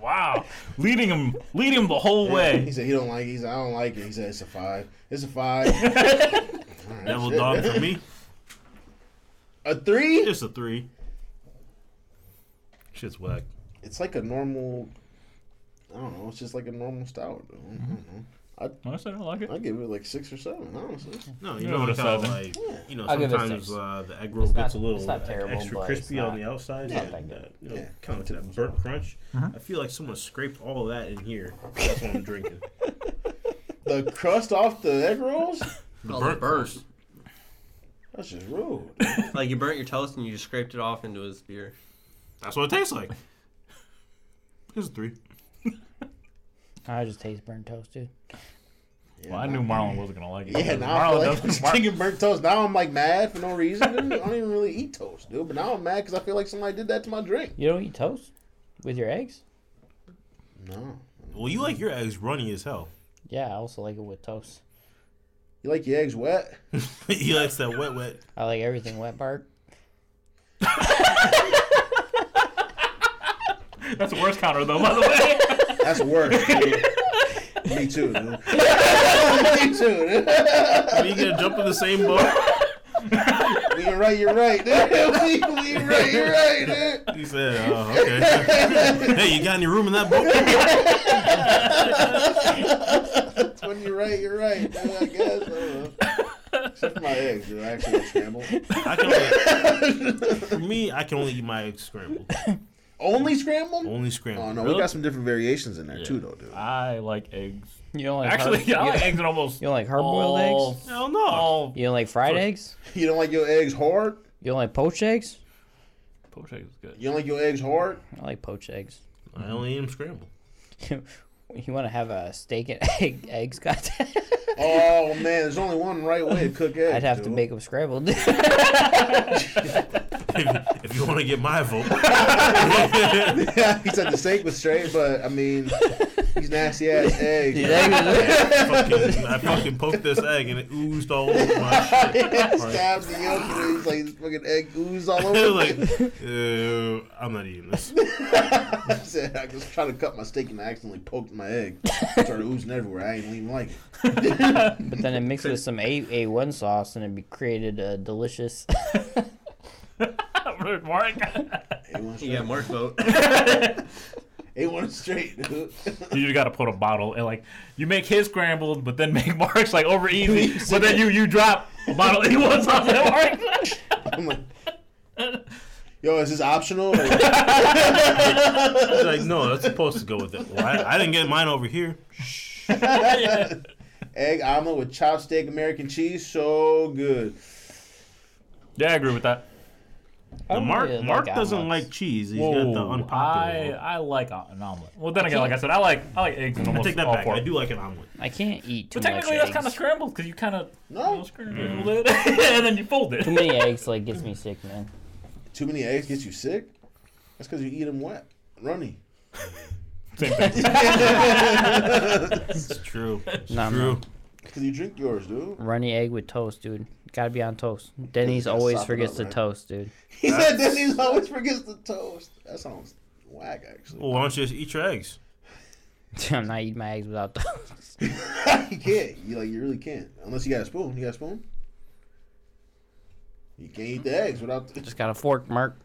wow, leading him, leading him the whole
He
way.
said he don't like. it. He said I don't like it. He said it's a five. It's a five. All right,
Devil
shit.
Dog for me.
A three?
It's a three. Shit's whack.
It's like a normal. I don't know. It's just like a normal stout. though. I don't know.
I said I like it.
I give it like six or seven. Honestly,
No, you
Yeah,
know
with
it's
a
how
seven.
like you know
I'll give it a
sometimes
six.
uh, the egg roll
It's
gets
not-
a little
it's not
uh,
terrible,
extra
but it's
crispy on
not-
the outside.
not
Yeah,
that
that, you know,
Yeah.
kind of that burnt crunch.
Mm-hmm.
I feel like someone scraped all that in here. That's what I'm drinking.
the crust off the egg rolls.
The
Oh,
burnt burst.
That's just rude.
Like you burnt your toast and you scraped it off into his beer.
That's what it tastes like. It's a three.
I just taste burnt toast, dude.
Well, I knew Marlon wasn't gonna like it.
Yeah, now I feel
Marlon
like I'm
does.
just
Mar-
chicken burnt toast. Now I'm like mad for no reason. Dude. I don't even really eat toast, dude. But now I'm mad because I feel like somebody did that to my drink.
You don't eat toast with your eggs?
No,
Well, you like your eggs runny as hell.
Yeah, I also like it with toast.
you like your eggs wet?
he likes that wet, wet.
I like everything wet, Bart.
That's the worst counter though, by the way.
That's worse. Dude. Me too. Dude. Me too. Dude.
Are you gonna jump in the same boat?
When You're right. You're right. Dude. When You're right. You're right. Dude.
He said, "Oh, okay." hey, you got any room in that boat?
That's when you're right. You're right. Dude, I guess. I don't know. Except for my eggs, dude. I actually will scramble.
I can only, for me, I can only eat my eggs scrambled.
Only scrambled?
Only
Oh
scrambled.
no, we got some different variations in there too, though, dude.
I like eggs.
You don't like
Actually,
hard,
I
you, Oh.
like eggs in almost.
you don't like hard-boiled
all-
eggs.
Hell no.
All
You don't like fried
Sure.
eggs.
You don't like your eggs hard?
You don't like poached eggs.
poached eggs is good.
You don't like your eggs hard?
I like poached eggs.
I only eat them scrambled.
you want to have a steak and egg, eggs? Goddamn.
Oh man, there's only one right way to cook eggs.
I'd have to
dude.
make them scrambled.
if, if you want to get my vote,
he said the steak was straight, but I mean, these nasty ass eggs.
These eggs are-
fucking, I fucking poked this egg and it oozed all over my shit.
Stabs the yolk and he's like fucking egg ooze all
It
over.
was
him.
like, ew, I'm not eating this.
I said I was trying to cut my steak and I accidentally poked my egg. It started oozing everywhere. I didn't even like it.
but then it mixed with some A A one sauce, and it be created a delicious.
Rude Mark.
A1 straight.
Yeah, Mark vote.
A1 straight, dude.
you just gotta put a bottle and like you make his scrambled, but then make Mark's like over easy. but then you you drop a bottle he wants on that Mark.
I'm like, yo, is this optional? Or
It's like, no, that's supposed to go with it. Well, I, I didn't get mine over here.
egg omelet with chopped steak, American cheese, so good.
Yeah, I agree with that.
Oh,
I don't
Mark
really like
Mark doesn't
omelets.
like cheese. He's got the
Whoa, I,
unpopular.
I like o- an omelet. Well, then again, like I said, I like I like eggs in
I,
almost
take that
all
back.
four.
I do like an omelet.
I can't eat too
But
much
technically, that's
eggs.
kind of scrambled because you kind of
No.
Mm-hmm.
scrambled it and then you fold it.
Too many eggs like gets me sick, man.
Too many eggs gets you sick? That's because you eat them wet. Runny.
Same thing.
It's true. It's
No, no.
true.
Because you drink yours, dude.
Runny egg with toast, dude. Gotta be on toast. Denny's
gotta
always
soften
forgets
up,
to
man.
toast, dude.
He said Denny's always forgets the toast. That sounds whack, actually.
Well, why don't you just eat your eggs?
I'm not eating my eggs without toast.
you can't. You like you really can't. Unless you got a spoon. You got a spoon? You can't eat the eggs without. The...
Just got a fork, Mark.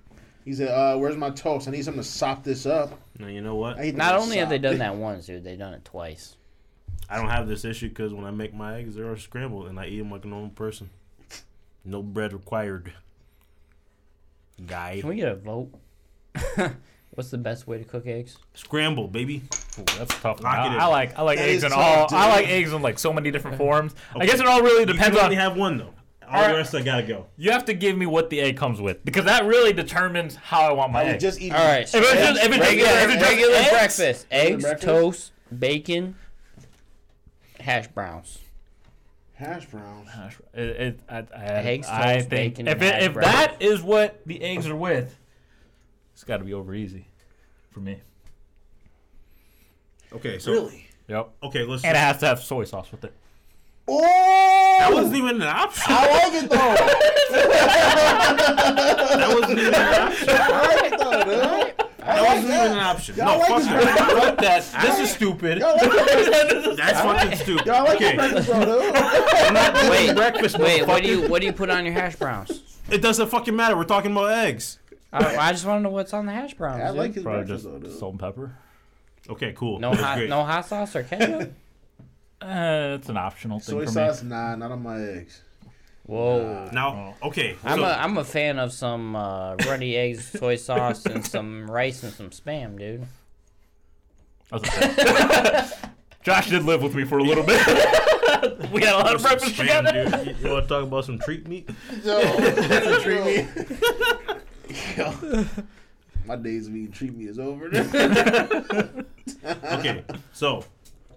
He said, uh, "Where's my toast? I need something to sop this up."
No, you know what?
I
I,
hate the
Not
word
only have they
sop.
done that once, dude, they've done it twice.
don't have this issue because when I make my eggs, they are scrambled and I eat them like a normal person. No bread required. Guy.
Can we get a vote? What's the best way to cook eggs?
Scramble, baby.
Ooh, that's a tough. One.
Knock it
I,
in.
I like I like
That
eggs
is
in
tough,
all. I
dude.
like eggs in like so many different forms. I guess it all really
You
depends
can
on.
only have one, though. All,
Alright.
the rest, I gotta go.
you have to give me what the egg comes with because that really determines how I want my
I would
egg.
just eat.
All right.
if it's just, if it's just,
regular,
yeah, if it's just
regular
eggs,
breakfast. Eggs,
breakfast?
toast, bacon, hash browns.
hash browns.
Gosh, It, it, I, I,
Eggs,
I
toast,
think
bacon,
if
and
it,
hash
if
browns.
that is what the eggs are with, it's got to be over easy for me.
Okay, so.
Really?
Yep.
Okay, let's.
And it has to have soy sauce with it.
that
Oh,
wasn't even an option.
I like it though.
That wasn't even an
I
option.
like it though, dude. I
That
like
wasn't even
that.
an option.
Y'all
No,
like
fuck
this
that.
breakfast,
Fuck that. This is stupid.
Y'all like it.
That's fucking stupid.
Y'all like
Okay.
it, breakfast, bro, dude.
Wait,
breakfast,
wait. What do you what do you put on your hash browns?
It doesn't fucking matter. We're talking about eggs.
I, I just want to know what's on the hash browns.
I
dude.
like his
Probably
breakfast
just
though, dude.
salt and pepper.
Okay, cool.
no
That's
hot
great.
no hot sauce or ketchup.
Uh, it's an optional thing
Soy
for
sauce, nah, not on my eggs.
Whoa.
Now,
Oh.
okay.
I'm
so-
a I'm a fan of some uh, runny eggs, soy sauce, and some rice and some spam, dude.
me. That's okay. Josh did live with me for a little bit. we had a lot of breakfast
Spam,
together.
dude. You, want to talk about some treat meat?
Yo, that's a treat me. Yo, my days of eating treat me is over.
Okay, so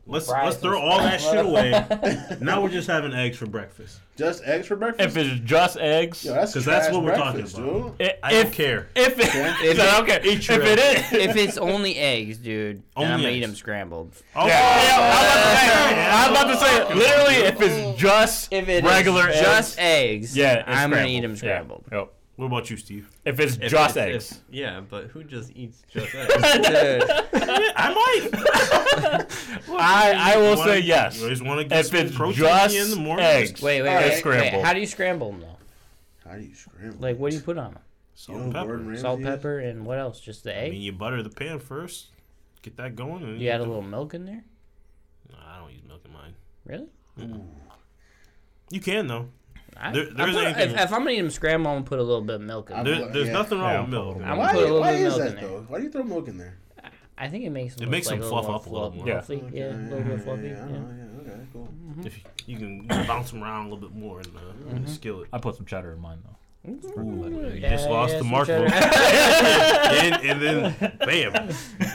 Let's
Fries
let's throw
and
all that
stuff.
shit away. now we're just having eggs for breakfast.
Just eggs for breakfast.
If it's just eggs,
Yo, that's
'Cause that's
trash
what we're talking
breakfast,
about.
dude.
i-
I
if,
don't care.
If it,
If
is that okay?
eat
If
your
it is,
if it's only eggs, dude, then I'm
Only
gonna eat
eggs.
them scrambled.
Oh,
Yeah,
yeah,
I'm about to say, I'm about to say, literally, if it's just
If it's
regular eggs,
just eggs,
yeah, it's
I'm gonna eat
scrambled.
them scrambled.
Yeah. Yep.
What about you, Steve?
If it's
If
just
it's-
eggs,
if- yeah, but who just eats just eggs?
I might.
I I will
Wanna-
say yes.
You always want to
If
get some
it's
protein
just
in the morning.
eggs,
Wait, wait,
Alright.
wait, wait.
Scrambled.
How do you scramble them though?
How do you scramble?
Like, what do you put on them?
You
Salt
know
and
who
pepper.
Gordon Ramsay
Salt,
is?
pepper, and what else? Just the
I
egg.
mean, you butter the pan first, get that going. And then
You add a
do-
little milk in there.
Nah, I don't use milk in mine.
Really?
You can though.
I,
There-
I
there is
put-
anything-
if, if I'm gonna eat them scrambled, I'm gonna put a little bit of milk in.
I'm-
There.
There, there's
Yeah.
nothing wrong with
Yeah.
milk.
Why,
I'm gonna put a little
why
bit of
is
milk in
that
there.
though? Why do you throw milk in there?
I think it makes them
It
look
makes
like
them
little
fluff
more
up a little
fluff-
more.
Yeah.
fluffy. Yeah, a little bit fluffy.
Yeah, I
Yeah.
don't know, yeah, okay, cool.
Hmm?
If you, you can bounce them around a little bit more uh, in the, in the
Mm-hmm.
skillet.
I put some cheddar in mine though.
You
Yeah,
just lost
yeah,
the
some
mark
cheddar.
vote. and, and then, bam.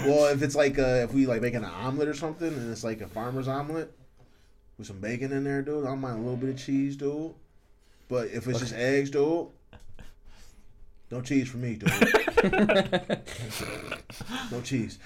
Well, if it's like uh, if we like making an omelet or something, and it's like a farmer's omelet with some bacon in there, dude. I don't mind a little bit of cheese, dude. But if it's just eggs, dude, no cheese for me, dude. no cheese.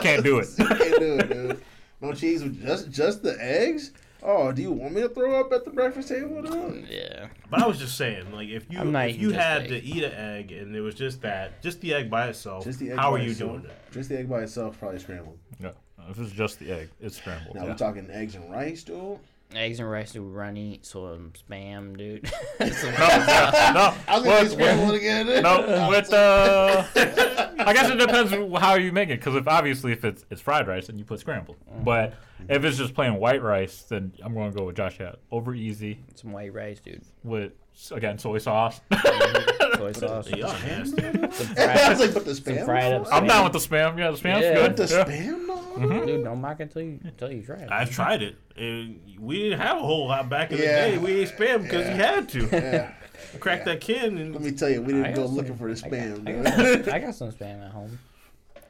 Can't do it.
Can't do it, dude. No cheese with just just the eggs. Oh, do you want me to throw up at the breakfast table? Dude?
Yeah.
But I was just saying, like, if you
I'm not
if
eating
you
just
had
egg.
to eat an egg and it was just that, just the egg by itself,
Just the egg
how
by
are you
itself.
doing it?
Just the egg by itself, probably scrambled.
No, if it's just the egg, it's scrambled.
Now
yeah.
we're talking eggs and rice, dude.
Eggs and rice do runny, so um, spam, dude.
no,
I was gonna
with-
say scrambled again.
no, with uh, I guess it depends how you make it. Because if obviously if it's it's fried rice, then you put scrambled.
Mm-hmm.
But if it's just plain white rice, then I'm going to go with Josh had over easy
Some white rice, dude.
with again soy sauce.
Soy sauce.
Y'all nasty.
Some
I
fried,
was like, but the spam.
some fried up.
sauce?
I'm down
spam. Mm-hmm.
with the spam. Yeah, the spam's
Yeah.
good.
The
yeah.
spam though?
Dude, don't mock it until you until you try it.
I've tried it. And we didn't have a whole lot back in
Yeah.
the day. We ate spam because you had to.
Yeah.
Crack that can
Let
and
me tell you, we didn't
I
go
also-
looking for the
I got-
spam.
I
dude.
got, some, I got some spam at home.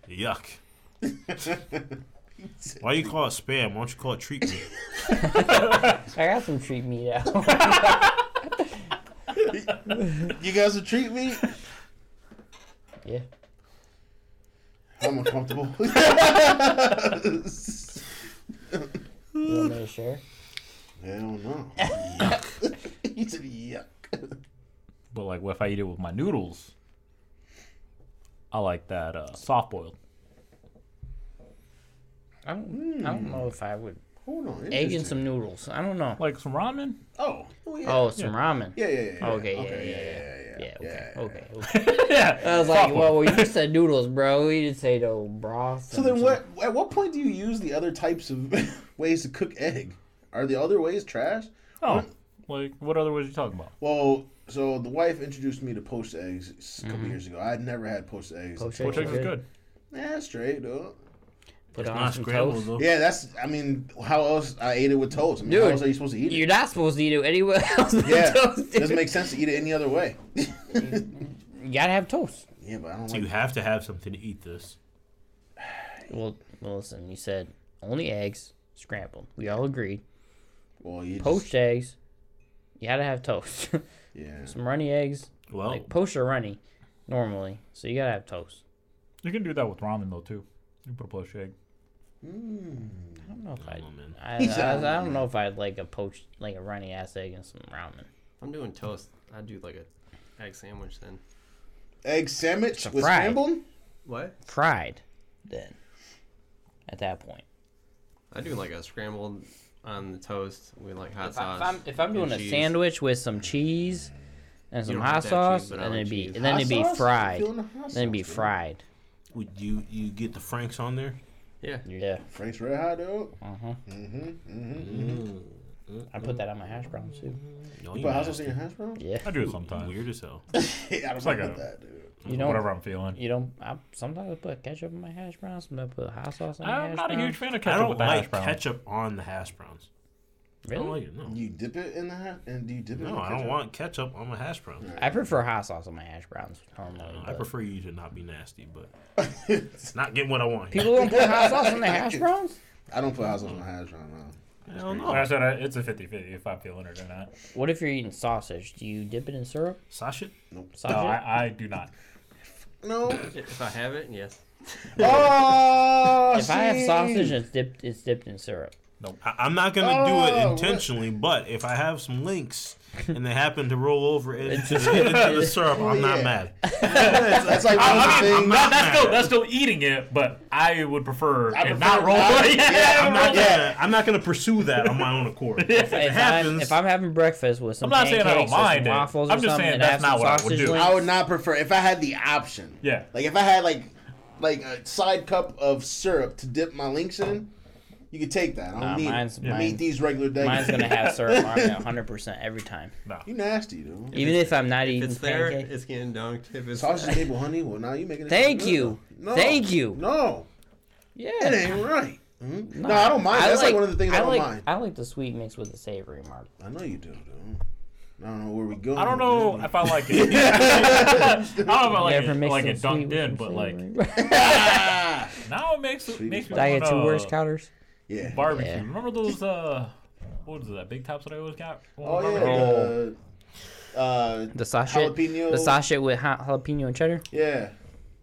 yuck. Why you call it spam? Why don't you call it treat me?
I got some treat meat at home.
you guys will treat me.
yeah.
I'm uncomfortable.
You want me to share?
Hell no. he said yuck.
But like if I eat it with my noodles, I like that uh, soft boiled.
I don't. I don't know if I would.
Hold on.
Egg and
interesting.
some noodles. I don't know.
Like some ramen.
Oh. Oh yeah.
Oh, some ramen.
Yeah, yeah, yeah, yeah.
Okay, yeah,
yeah,
Yeah. Okay.
yeah,
Okay. okay.
yeah.
I was like,
Soft boiled.
well, we just said noodles, bro. We didn't say no broth.
So
and
then,
some-
what? At what point do you use the other types of ways to cook egg? Are the other ways trash?
Oh, like what other was you talking about?
Well, so the wife introduced me to poached eggs a couple
Mm-hmm.
years ago. I'd never had poached eggs.
Poached
Which
Eggs
is
are
good.
Yeah, straight dude.
Put on
Not
some
scrambled
toast.
though.
Yeah, that's. I mean, how else? I ate it with toast. I mean, how
Dude,
else are you supposed to eat it?
You're not supposed to eat it anywhere else than
yeah,
toast. dude.
doesn't make sense to eat it any other way.
You gotta have toast.
yeah, but I don't
So you
like.
have to have something to eat this.
Well, well, listen. You said only eggs scrambled. We all agreed.
Well, you
Poached
Just,
eggs. You gotta have toast.
yeah.
some runny eggs,
Well,
Oh.
like poached or runny, normally. So you gotta have toast.
You can do that with ramen though too. You put a poached egg.
I don't know if
I
I'd.
don't know, man.
I,
He's
I,
out.
I don't know if I'd like a poached, like a runny ass egg and some ramen.
I'm doing toast. I'd do like a egg sandwich then.
Egg sandwich with
fry.
scrambled.
What?
Fried, then. At that point.
I do like a scrambled on the toast with like hot
If, I,
sauce.
if I'm if I'm
and
doing a
cheese.
sandwich with some cheese and some
don't like
hot
that
sauce,
cheese, but I
then
like
it'd be
cheese.
and then
Hot
it'd be
sauce?
fried.
Feeling the hot
Then it'd be
sauce, dude.
fried.
would you you get the Franks on there?
yeah,
Yeah.
Frank's Red Hot though.
Uh-huh.
Mm-hmm. Mm-hmm.
I put that on my hash browns too.
No,
You
you
put hot sauce
nasty.
in your hash brown?
Yeah.
I do it sometimes.
Weird as hell.
Yeah, I don't like
like a-
that, dude.
You don't
Whatever I'm feeling.
you don't I sometimes I put ketchup in my hash browns, sometimes I put hot sauce in my
I'm
hash
not a
browns.
huge fan of
I
ketchup
don't
with the
like
hash brown.
ketchup on the hash browns. I don't
Really?
like it. No,
You dip it in the ha- and do you dip it? in
no,
the
I don't
ketchup?
want ketchup on my hash brown.
I prefer hot sauce on my hash browns. normally,
I
but-
prefer you to not be nasty, but it's not getting what I want.
People don't put hot sauce on their hash browns.
I don't put hot sauce on my hash brown. No.
Hell
Like I
no.
said, I- it's a 50-50 if I'm feeling it or not.
What if you're eating sausage? Do you dip it in syrup?
Sasha,
No,
Sausage?
I, I do not.
No.
If I have it, yes.
oh,
if I have
see?
sausage, it's dipped. It's dipped in syrup.
I, I'm not gonna do
Oh,
it
what-
intentionally, but if I have some links and they happen to roll over into the, into the syrup, I'm not
yeah.
mad.
that's, that's like one of
I
the
mean,
things.
that- that's still
mad.
that's still eating it, but I would prefer,
I
it
prefer
not roll.
not-
yeah,
yeah,
roll
I'm not,
it.
gonna, I'm not gonna pursue that on my own accord. If it
If, I'm,
happens,
if I'm having breakfast with some
I'm not saying I
pancakes or
don't
some
mind it.
waffles or
I'm just
something,
saying
and
that's
have some
not what I would
sausage
do.
links,
I
I would not prefer if I had the option.
Yeah.
Like if I had like like a side cup of syrup to dip my links in, you could take that. I don't
Nah,
need.
uh, mine's-
I
mine-
need these regular days.
Mine's gonna have syrup on it 100 percent every time,
you nasty dude.
even if I'm not
If
eating
it's there,
pancakes.
it's getting dunked. If it's
Sausage and maple honey. Well, now you making it.
Thank
sound
you.
good. No.
Thank you.
No, it
Yeah.
ain't right. Mhm. No, I don't mind. That's like, one of the things I, don't
like,
mind.
I like the sweet mix with the savory mark.
I know you do, dude. I don't know where we go.
I don't know if I like it. I don't know if I like
Never
it,
mix
like
some
it
sweet
dunked
with
in,
some
but like
savory.
now it makes it
Sweet
makes me
Did I
want
get two
uh,
worst counters?
yeah.
barbecue.
Yeah.
Remember those uh, what was that? Big tops that I always got.
Oh yeah.
Oh.
Uh, uh,
The sachet,
Jalapeno.
the sachet with hot jalapeno and cheddar.
yeah.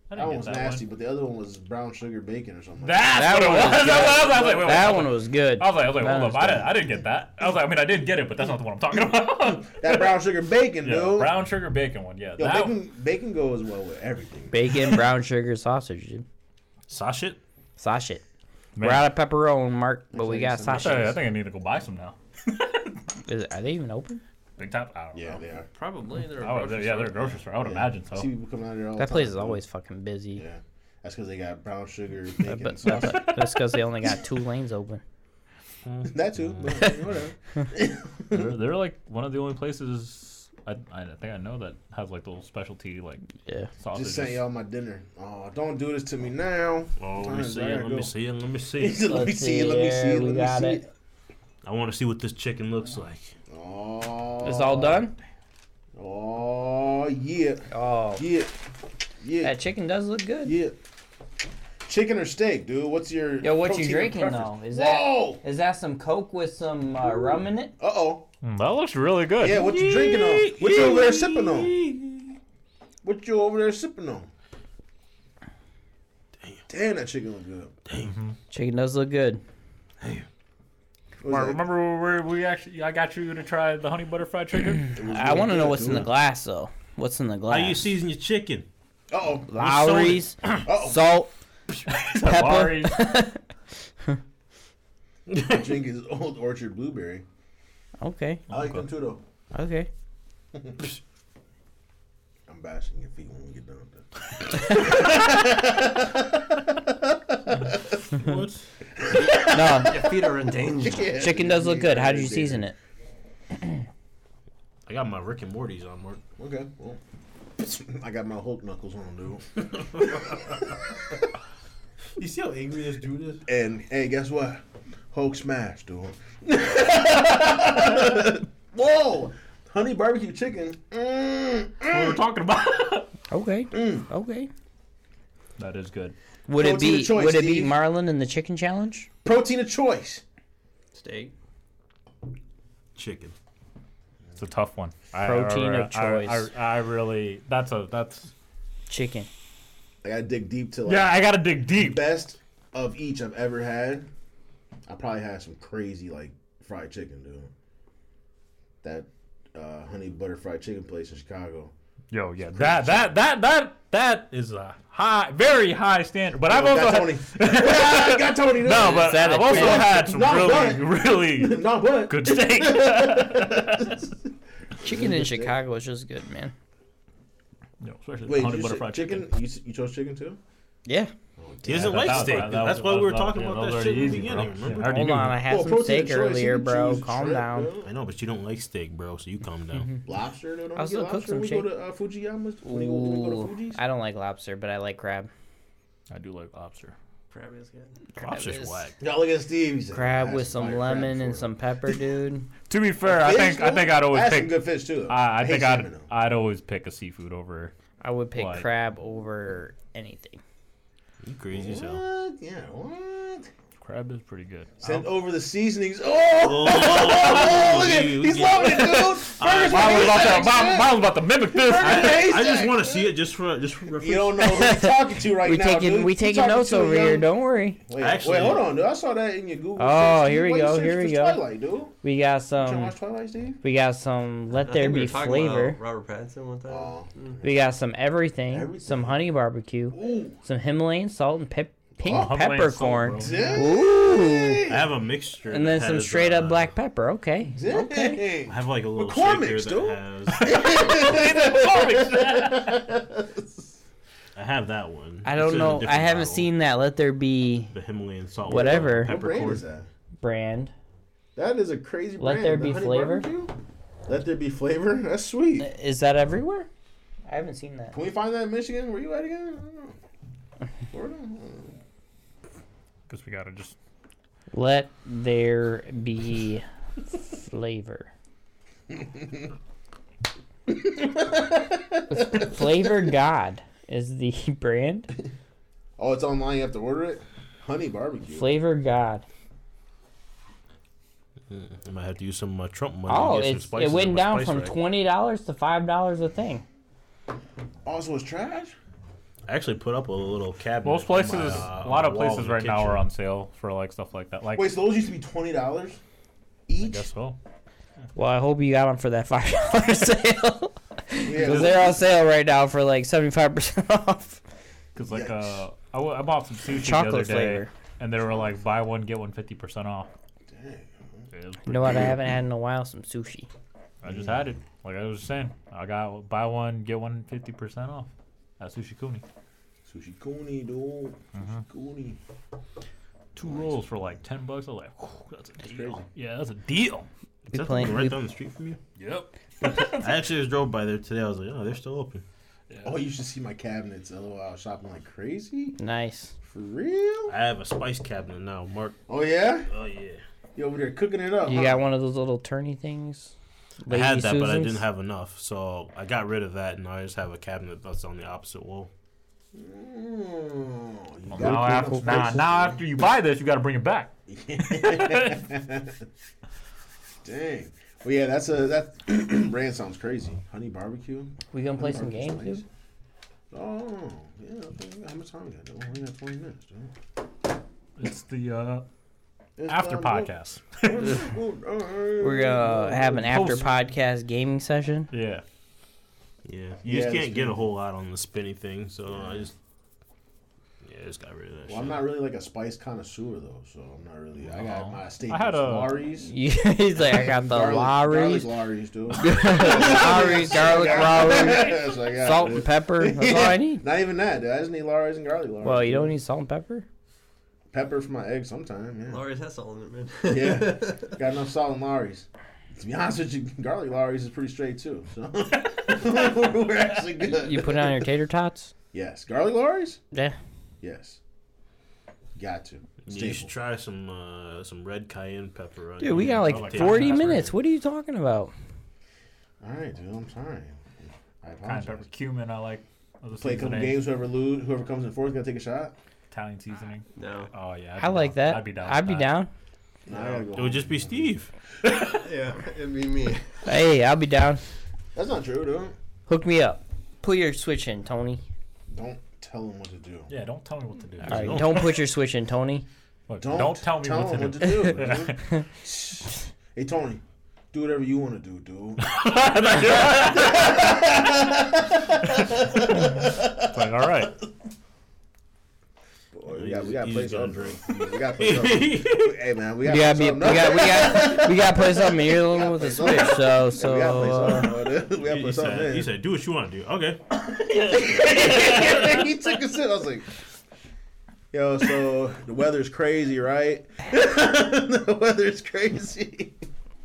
I
That
didn't
one
get
was
that
nasty,
one.
but the other one was brown sugar bacon or something. like
That's
That
what it
one
was.
was
That's what I was like. Wait, Oh. wait,
That
wait.
one was good.
I was like, I was like,
That
hold up,
was
I didn't, I didn't get that. I was like, I mean, I did get it, but that's not the one I'm talking about.
that. That brown sugar bacon,
yeah,
dude.
brown sugar bacon one, yeah.
Yo,
that one.
bacon, bacon goes well with everything.
Bacon, brown sugar, sausage. Dude.
Sasha,
Sachet.
Man.
We're out of pepperoni, Mark, but we got
Looks like
Sorry, I
sachets.
think I need to go buy some now.
Is, are they even open?
Big top, I don't
Yeah,
know.
they are.
probably there.
Oh, they're, yeah, they're a grocery store. I would imagine so.
See people coming out of there all the
That place
time,
is
dude.
always fucking busy.
Yeah, that's because they got brown sugar bacon
But
and sausage.
but- that's because they only got two lanes open.
that too, but whatever.
They're, they're like one of the only places I, I think I know that has like little specialty like
Yeah.
sausages.
Just sent y'all my dinner. Oh, don't do this to me now.
oh, let me
Alright,
see
there I
it. Let me
go.
see it. Let me see
He
it.
said, let me
Let's
see
see
it. Let me
here,
see it.
we
Let me
got
see
it.
it.
I want to see what this chicken looks like.
Oh,
It's all done?
Oh yeah,
Oh.
yeah, yeah,
That chicken does look good.
yeah. Chicken or steak, dude? What's your
Yo, what you
protein
drinking
preference?
though? Is
Whoa!
that is that some Coke with some uh, rum in it?
Uh oh.
Mm, that looks really good.
Yeah, what you drinking on? What you over there sipping on? What you over there sipping on? Damn, that chicken look good.
Chicken does look good.
What was that?
Mark, remember where we actually I got you to try the honey butter fried chicken?
It Oh, was
I
really
want to know
good,
what's in the
dude.
glass though. What's in the
How
glass?
you season your chicken?
Uh-oh.
Lowry's,
Uh-oh.
salt, pepper.
Sorry.
I drink is Old Orchard Blueberry.
Okay,
I like them too, though.
okay.
I'm bashing your feet when we get done with this.
What?
No,
Feet are in danger.
Yeah,
chicken does look
yeah,
good. How did
yeah,
you
yeah.
season it?
I got my Rick and Morty's on, Mark.
Okay, well. I got my Hulk knuckles on, dude.
You see how angry this dude is?
And hey, guess what? Hulk smash, dude. Whoa! Honey barbecue chicken. Mm,
what we're talking about.
Okay, okay.
that is good.
Would it
Protein
be
choice,
would it be
Steve.
Marlin and the chicken challenge?
Protein of choice.
Steak.
Chicken.
It's a tough one. I-
Protein
I,
of choice.
I, I, I really that's a that's
Chicken.
I gotta dig deep to like
yeah. I gotta dig deep.
best of each I've ever had. I probably had some crazy like fried chicken, dude. That uh, honey butter fried chicken place in Chicago.
Yo, yeah, that that that that that is a high, very high standard. But I've
Oh,
also
got
had,
Tony. got Tony. dude.
no, but
that a
I've also
trend?
had some
No,
really really
no, but
good steak. Yo,
Chicken in Chicago is just good, man.
especially
Wait,
honey
you
butter
said
fried
chicken.
chicken.
You, s- you chose chicken too?
Yeah.
He doesn't
Yeah,
like
that-
steak.
that- that
That's
was-
why we were
that was-
talking
yeah,
about
those
that
are
shit in the
easy, bro.
beginning.
Yeah, I
Remember?
Hold
already knew
on,
that.
I had
Well,
some
protein
steak
of choice,
earlier,
you can
bro.
choose
Calm
shrimp,
down.
bro.
I know, but you don't like steak, bro. So you calm down.
Lobster. Dude, don't
I was
get
gonna cook
lobster
some
when we go
shit.
to uh, Fujiyama's. When we go, when we go to
Ooh,
Fuji's.
I don't like lobster, but I like crab.
I do like lobster.
crab is good.
Crab's
Crab
just
is-
whack.
Y'all look at Steve. he's like,
Crab
"That's
with some
fire crab
lemon
for
and
it."
some pepper, dude.
To be fair, I
Fish,
think I
though?
think I'd always
That's some
pick.
good fish too. though.
I, I
hate
think
salmon,
I'd
though.
I'd always pick a seafood over.
I would pick
Like-
crab over anything.
You crazy as hell.
What? Yeah. What?
Crab is pretty good.
Send
I'll-
over the seasonings. Oh, look at
you-
he's
you-
loving it, dude. Burgers,
Mine was about to,
Bacon,
mine, mine was about to mimic this.
Burger King.
I, I just
Exactly.
want to see it just for just for reference.
You don't know who you're talking to right
we
now,
taking
dude.
we
You
taking
talking
notes
to a
over here.
young-
don't worry.
Wait,
Actually-
wait, hold on, dude. I saw that in your Google.
Oh,
search,
here
dude.
we
Why you
go,
search
here
for
we go. Um,
Twilight, dude. You
We got
trying to
some
watch Twilight, Steve?
we got some let there be flavor.
Robert Pattinson one time.
uh,
Oh.
We got some everything,
Everything.
some honey barbecue,
Ooh,
some Himalayan salt and pep- pink
Oh, Himalayan
peppercorn.
salt,
damn.
Ooh.
I have a mixture.
And
that
then some
has,
straight
uh,
up black pepper. Okay.
Damn.
I have like a little shaker
McCormick's,
that has. I have that one.
I
It's
don't
in a
know. I
different
haven't
bottle.
seen that. Let there be
the Himalayan salt.
Whatever.
with, uh,
What brand
peppercorn.
is that?
brand.
That is a crazy
Let
brand.
there
The
be
honey
flavor?
barbecue? Let there be flavor? That's sweet.
Is that everywhere? I haven't seen that.
Can we find that in Michigan? Where you at again? I don't know. Florida? I don't know.
Because we gotta just.
Let there be flavor. flavor God is the brand.
Oh, it's online. You have to order it. Honey barbecue.
Flavor God.
I might have to use some uh, Trump money. to
Oh,
get some
it's,
spices
it
in
went
my
down
spice
from
rack.
twenty dollars to five dollars a thing.
also, Oh, it's trash.
I actually put up a little cabinet.
Most places,
on my, uh,
a lot of
wall in
places
the
right now
kitchen.
are on sale for like stuff like that. Like,
Wait, so those used to be twenty dollars
I
each.
guess so.
Well, I hope you got them for that five dollar sale
Yeah,
because they're on sale right now for like seventy five percent off.
Because like,
Yikes.
uh, I, w- I bought some sushi the other
Chocolate
day,
flavor.
and they were like, buy one get one 50 percent off.
Dang.
It was
You know what? I haven't had in a while some sushi.
I just had it. Like I was saying, I got buy one get one 50 percent off at Sushi Kuni.
Sushi Kuni, dude.
Mm-hmm.
Sushi Kuni.
Two rolls for like 10 bucks. I was like, "Whew, that's a deal.
crazy.
Yeah, that's a deal.
We
Is that the
playing-
one
we-
right down the street from you.
Yep.
I actually just drove by there today. I was like, oh, they're still open.
Oh, you should see my cabinets. LOL, I was shopping like crazy.
Nice.
For real?
I have a spice cabinet now, Mark.
Oh yeah.
Oh yeah.
You over there cooking it up?
You
huh?
got one of those little turny things.
I had
Lady
that, but I didn't
Susans?
have enough, so I got rid of that, and now I just have a cabinet that's on the opposite wall.
Mm, you gotta
Now
clean
after,
up
now,
spaces,
now after you buy this, you got to bring it back.
man. Dang. Well, yeah, that's a that brand sounds crazy. Honey barbecue.
We gonna play some
Barbecue's
games, dude?
nice. Oh yeah. okay. How much time we got? dude? We only got twenty minutes, dude.
It's the uh,
It's
after
time
podcast.
to-
We're gonna have an after
Post-
podcast gaming session.
Yeah.
Yeah, you
Yeah,
just
that's
can't get
good.
a whole lot on the spinny thing, so I just yeah, I just got rid of that.
Well,
shit.
I'm not really like a spice connoisseur though, so I'm not really. I got
Aw.
my steak.
I had a-
Lawry's.
He's like, Oh. I got the
Garlic
Lowry's,
Lawry's, dude.
Lowry's, garlic Lowry's,
That's what I got,
salt
dude.
and pepper. That's all I need.
Not even that, dude. I just need Lawry's and garlic Lawry's.
Well, you
dude.
don't need salt and pepper.
pepper for my egg sometime. Yeah,
Laura's has salt in it, man.
yeah. got enough salt in Lawry's. To be honest with you, garlic Lawry's is pretty straight too. So we're actually good.
You put it on your tater tots.
yes, garlic Lawry's.
Yeah.
Yes, got to.
Yeah,
Staple.
you should try some uh, some red cayenne pepper. on
Dude, we
your-
got
on
like
your
40
pepper.
minutes. What are you talking about?
All right, dude. I'm sorry. I
Cayenne
apologize.
pepper, cumin. I like. other
Play a couple
seasoning,
games. Whoever lose, whoever comes in fourth, gonna take a shot.
Italian seasoning.
No.
Oh yeah. I'd
I
be
like
down-
that.
I'd be down.
I'd
with
be
that.
down.
No, I gotta go
It would
home.
just be Steve.
Yeah, it'd be me.
Hey, I'll be down.
That's not true, dude.
Hook me up. Put your switch in, Tony.
Don't tell them what to do.
Yeah. Don't tell me what to do.
All right, don't put your switch in, Tony.
Look,
Don't,
don't, tell me what to
'em
do.
do, dude. hey Tony, do whatever you want to do, dude.
It's like, all right.
Boy, we got we got to
He's
play
just gonna
something. We got to play something. hey man, we got to
We gotta
play
be,
something.
we
No,
got, we got, we gotta play something. You're the one with the switch, so, so.
we got to play
uh,
something. dude. We got to
He
play something.
said,
in.
he said, "Do what you want to do." Okay.
he took a sip. I was like, yo, so the weather's crazy, right? the weather's crazy.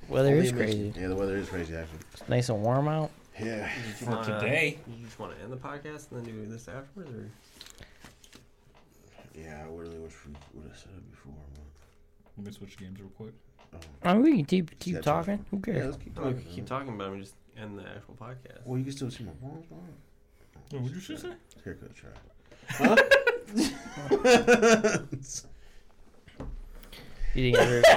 Weather
Only
is
in
crazy.
Michigan. Yeah, the weather is crazy actually.
It's nice and warm out.
Yeah.
For
today.
You just want to end the podcast and then do this afterwards, or
Yeah, I really wish we would have said it before. But...
Let me switch games real quick.
I mean, Oh, we can keep keep
That's
talking. Who
Yeah,
cares?
let's keep
No, we
talking.
can keep talking about it and just end the actual podcast.
Well, you can still see my balls, bro.
What would you just say?
Haircut try. Huh?
You didn't ever-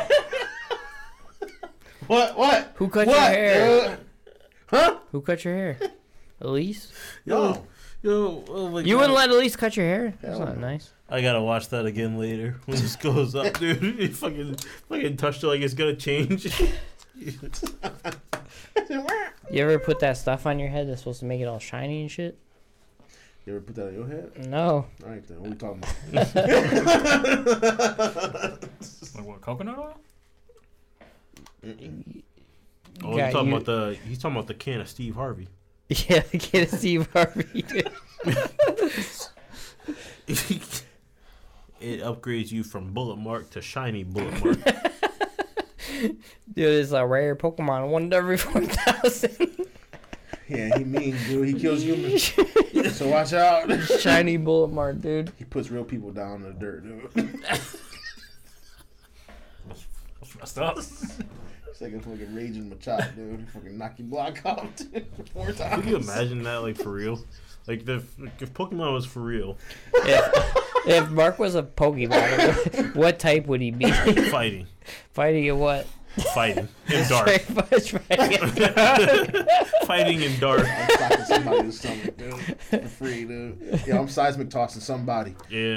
what? What?
who cut your
what?
hair?
Uh, huh?
Who cut your hair? Elise?
No.
Yo, oh my
You
God.
wouldn't let Elise cut your hair? That's
Hell
not
no.
nice.
I gotta watch that again later when this goes up, dude. You fucking fucking touched it like it's gonna change. Oh,
You ever put that stuff on your head that's supposed to make it all shiny and shit?
You ever put that on your head?
No.
All right, then. What are we talking about?
Like what? Coconut oil?
Oh,
Yeah,
he's talking
you-
about the he's talking about the can of Steve Harvey.
Yeah, the kid is Steve Harvey. dude.
it upgrades you from bullet mark to shiny bullet mark.
Dude, it's a rare Pokemon, one in every 4,000.
Yeah, he mean, dude. He kills humans. so watch out.
Shiny Bullet Mart, dude.
He puts real people down in the dirt, dude.
That's messed up.
It's like a fucking raging machop, dude. Fucking knock your block out, dude. Four times.
Could you imagine that, like for real? Like the if Pokemon was for real,
If, if Mark was a Pokemon, what type would he be?
fighting,
Fighting at what?
fighting in dark,
Fighting-
fighting in dark.
I'm slapping somebody in the stomach, dude. For free, dude. Yeah, I'm seismic tossing somebody.
Yeah.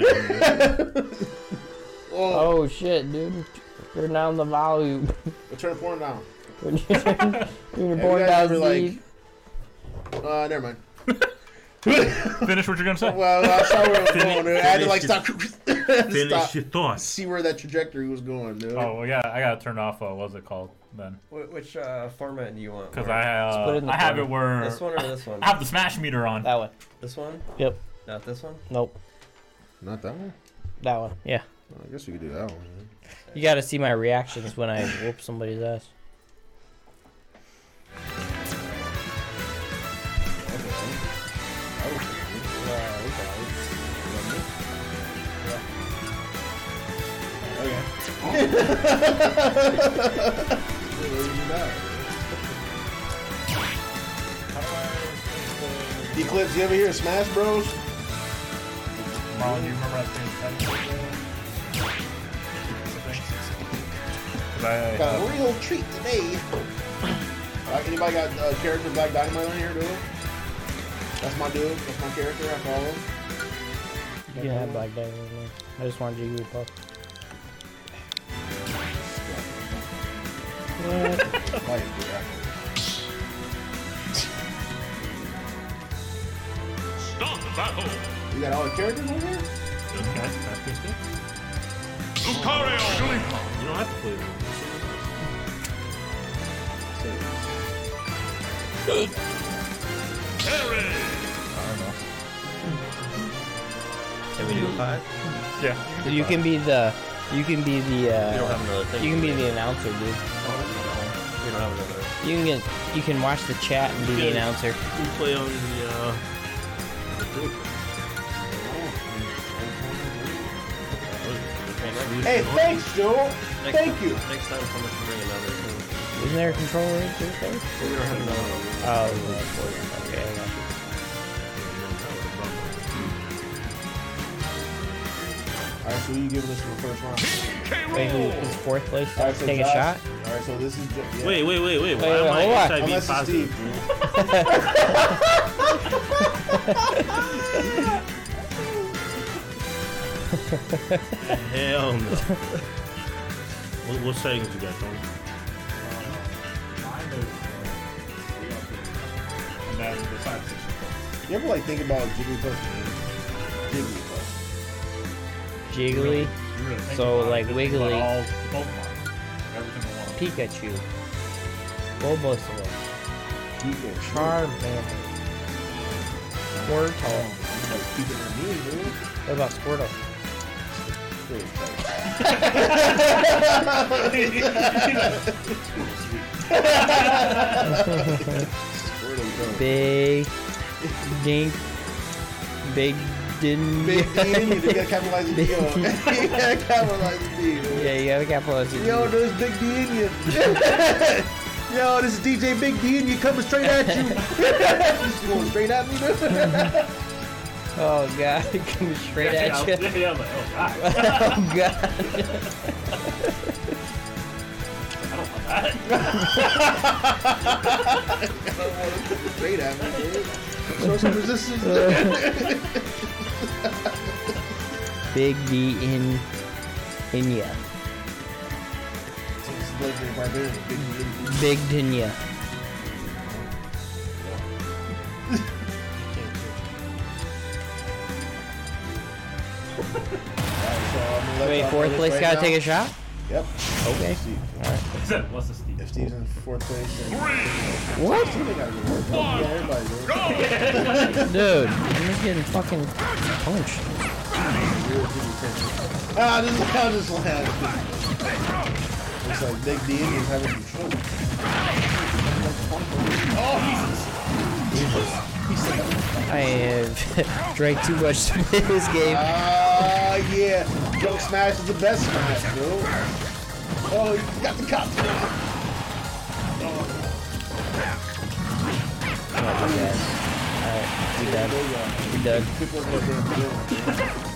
Oh,
oh, shit, dude. Turn down the volume.
turn the porn down.
When you're when you're
Have you
born
guys
down
ever, like-
Steve.
Uh, never mind.
Finish what you're gonna say.
well, I saw where it was
Finish-
going, dude. I had to like
finish
stop,
Finish
stop,
your thoughts.
see where that trajectory was going, dude.
Oh, well, yeah, I gotta turn off. Uh, what was it called then?
Wh- Which uh, format do you want?
Because
Mark?
I
Let's put it in
uh,
the
I have
corner.
it where
This one or this one?
I have the smash meter on.
That one.
This one?
Yep.
Not this one?
Nope.
Not that one.
That one. Yeah.
Well, I guess we could do that one. man.
You gotta see my reactions when I whoop somebody's ass.
Eclipse, you ever hear of Smash Bros?
Marlon, do you remember that thing? Cause I,
Got a real treat today. Uh, anybody got uh, character Black Dynamite on here, dude? That's my dude. That's my character. I follow him.
You can have Black Diamond in there. I just wanted you to puff.
Like, yeah.
Stop the battle!
You got all the characters on here?
Okay, that's good stuff. You don't have to play them.
Can we do five?
Yeah.
You can be the. You can be the.
We don't
Uh,
have another thing.
you can be the announcer, dude.
Oh, We don't have another.
You can get. You can watch the chat and be the
Yeah.
announcer.
We play on the. Uh,
Hey, thanks, Joel.
Next
Thank
time,
you.
Next time, someone can bring another. thing.
Isn't there a controller right there? babe?
We don't have another.
Oh,
one.
okay.
All right, so who you giving this for the first round?
Wait, who is fourth place?
All right, so
Take a
Josh-
shot.
All right, so this is. Jo- yeah.
Wait, wait, wait, wait. Why
Wait, wait,
am
hold on.
I HIV
Unless it's Steve.
positive? Hell no. what, what settings you got, Tony?
You ever like think about Jigglypuff? Jigglypuff.
Jiggly, So, like, Wiggly.
All the Pokemon. Every single one.
Pikachu, Bulbasaur,
You can
Charmander, Squirtle.
like keep it on me, dude.
What about Squirtle?
Pretty tight. Where do we go?
Big, dink, big, didn't.
Big D in it. You gotta capitalize the D on it. You gotta capitalize the D. man.
Yeah, you gotta capitalize. it.
Yo, there's Big D in you. Yo, this is DJ Big D in you coming straight at you. Just going straight at me, dude.
Oh god, it comes straight at
yeah,
you.
yeah, yeah, I'm like, oh god,
oh god.
I don't want that.
straight at me, dude. Show some resistance.
Big D in in ya. Big D in ya. Wait, fourth place gotta take a shot?
Yep.
Okay.
Steve.
What's this? Steve?
If Steve's in fourth place, then
What?
Steven gotta go work. Yeah, everybody goes.
Dude, you're getting fucking punched.
Ah, this is how this laugh. Looks like Big D is having some trouble.
I have drank too much to win this game.
Ah, yeah. Drunk smash is the best smash, bro. Oh, you got the cops.
We done. We done.
People are gonna damn do it.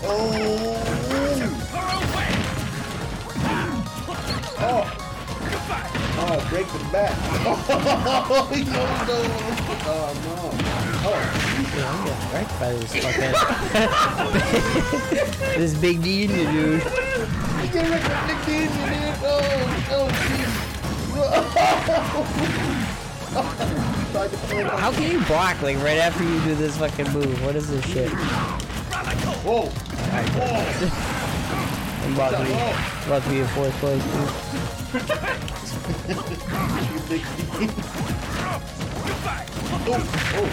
Oh. Oh. Oh, break the back. Oh, yo, no. Oh, no.
I'm getting wrecked by this fucking this big D Indian dude.
You can't wreck the Nick Dean, you dude. Oh, oh, jeez. Tried to play
How can you block like right after you do this fucking move? What is this shit?
Whoa. Whoa.
I'm about to be, about to be in fourth place. Dude.
You big D. Oh, oh.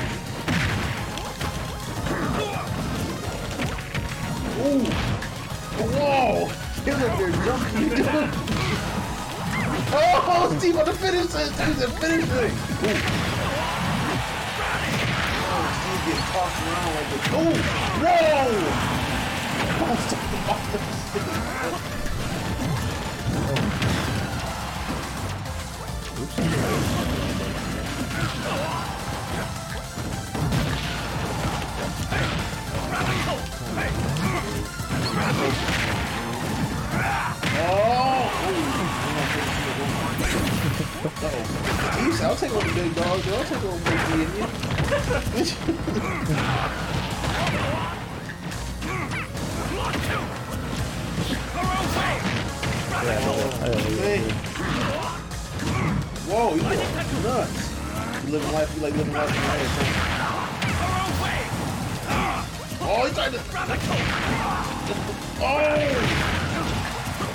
Ooh. Whoa. Get up there, jump. Oh, Steve on the finish line. Steve's a finish line. Ooh. Oh, Steve getting tossed around like this. Ooh. Whoa. Oh, Steve off the Jeez, I'll take one of the big dogs. I'll take one of the big Indian. Hey. Whoa, you are nuts. You living life, you like living life in the air. Oh, he tried to. Oh!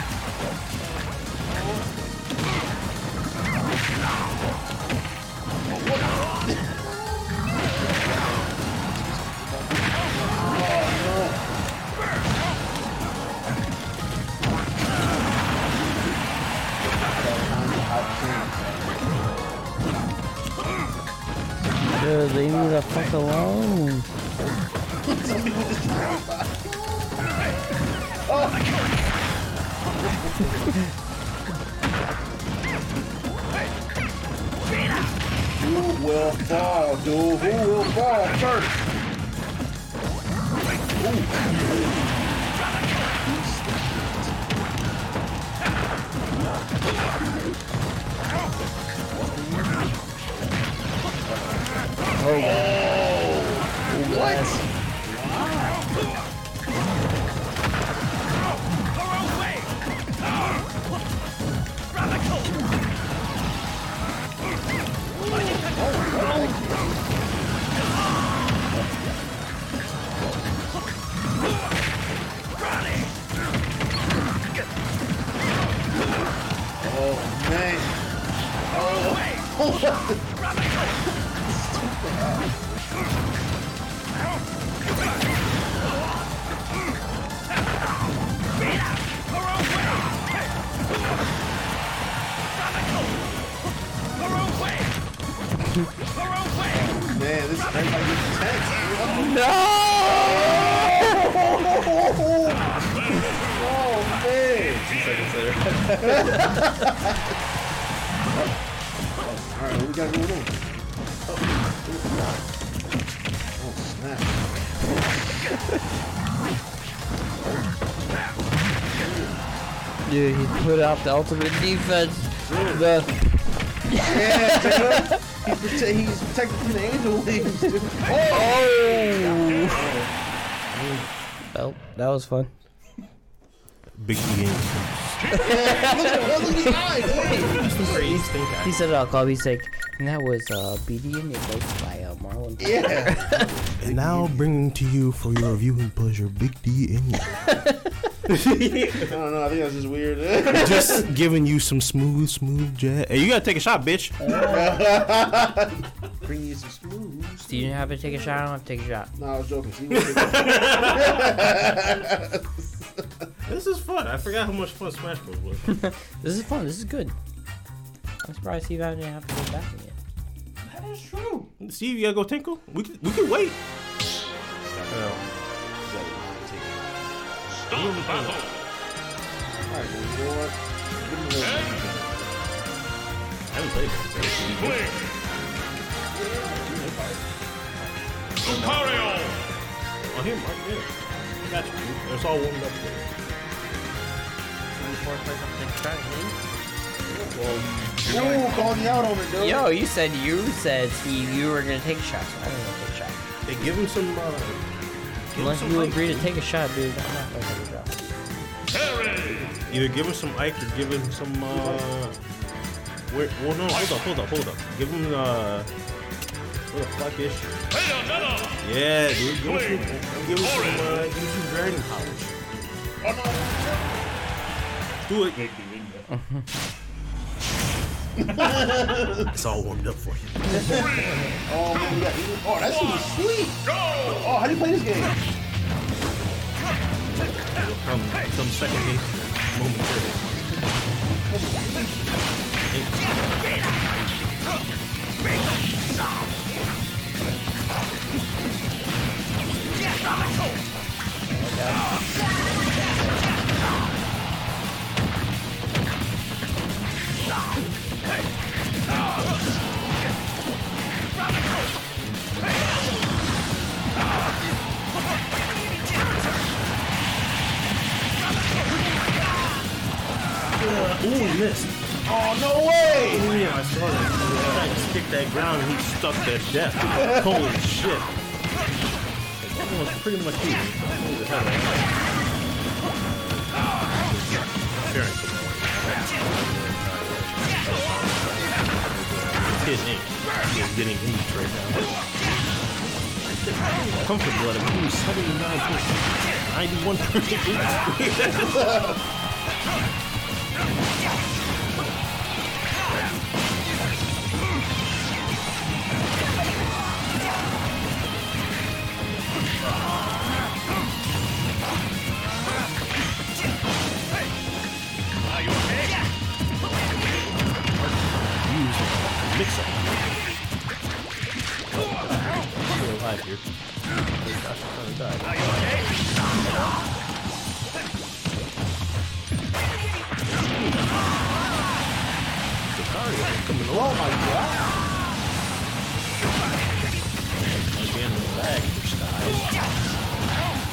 Dude, leave me the fuck alone.
Who will fall, dude? Who will fall first?
Oh god.
What? Oh, man. Man, this everybody gets tense.
No!
oh man!
Two seconds later.
All right, what we got going on? Oh snap!
Dude, he put out the ultimate defense. The
Yeah, Jacob. he's, prote- he's protected from the angel wings. Dude.
oh. Well, that was fun.
Big game.
Look at his eyes.
He said it all. Call me sick. And that was uh, BD and Advice by uh, Marlon.
Yeah.
And now bringing to you for your viewing pleasure, Big D in you.
I don't know. I think that's just weird. yeah,
E Just giving you some smooth, smooth jazz. Hey, you gotta take a shot, bitch.
Bring you some smooths.
Do you have to take a shot? I don't have to take a shot.
No, I was joking. She was joking.
This is fun. I forgot how much fun Smash Bros. was.
This is fun. This is good. I'm surprised Steve didn't have to go back in it.
That is true.
Steve, you gotta go tinkle. We can, we can wait.
All right, dude, you know what? Give him a little-
I haven't played it. Oh, here, Mark. Yeah. I got you. dude. It's all warmed up. There.
Ooh, called me out on it, dude.
Yo, you said you said Steve you were gonna take shots. I didn't want to take a shot.
Hey, give him some. Uh, give him
Unless
some
you
Ike,
agree to
dude.
take a shot, dude. I'm not gonna take a shot.
Either give him some Ike or give him some. Uh, wait, well, no, hold up, hold up, hold up. Give him. Uh, what the fuck is she? Yeah, dude. Give him some. Give him some. Uh, give him some Dragon Powers. Do it. It's all warmed up for you.
Oh, man, we got, oh, that shit was sweet. Oh, how do you play this game?
Come, some second game. Momentarily. Ooh, he missed.
Oh, no way.
Oh, yeah, I saw that. I tried to stick that ground and he stuck that death. Holy shit. That one was pretty much even. Holy hell. Appearance of the one. His ink is getting huge right now. Comfort blood, I'm doing 79.91 percent. use mix up. Still alive here. Sicario coming
Oh,
along. Again, the bag for style.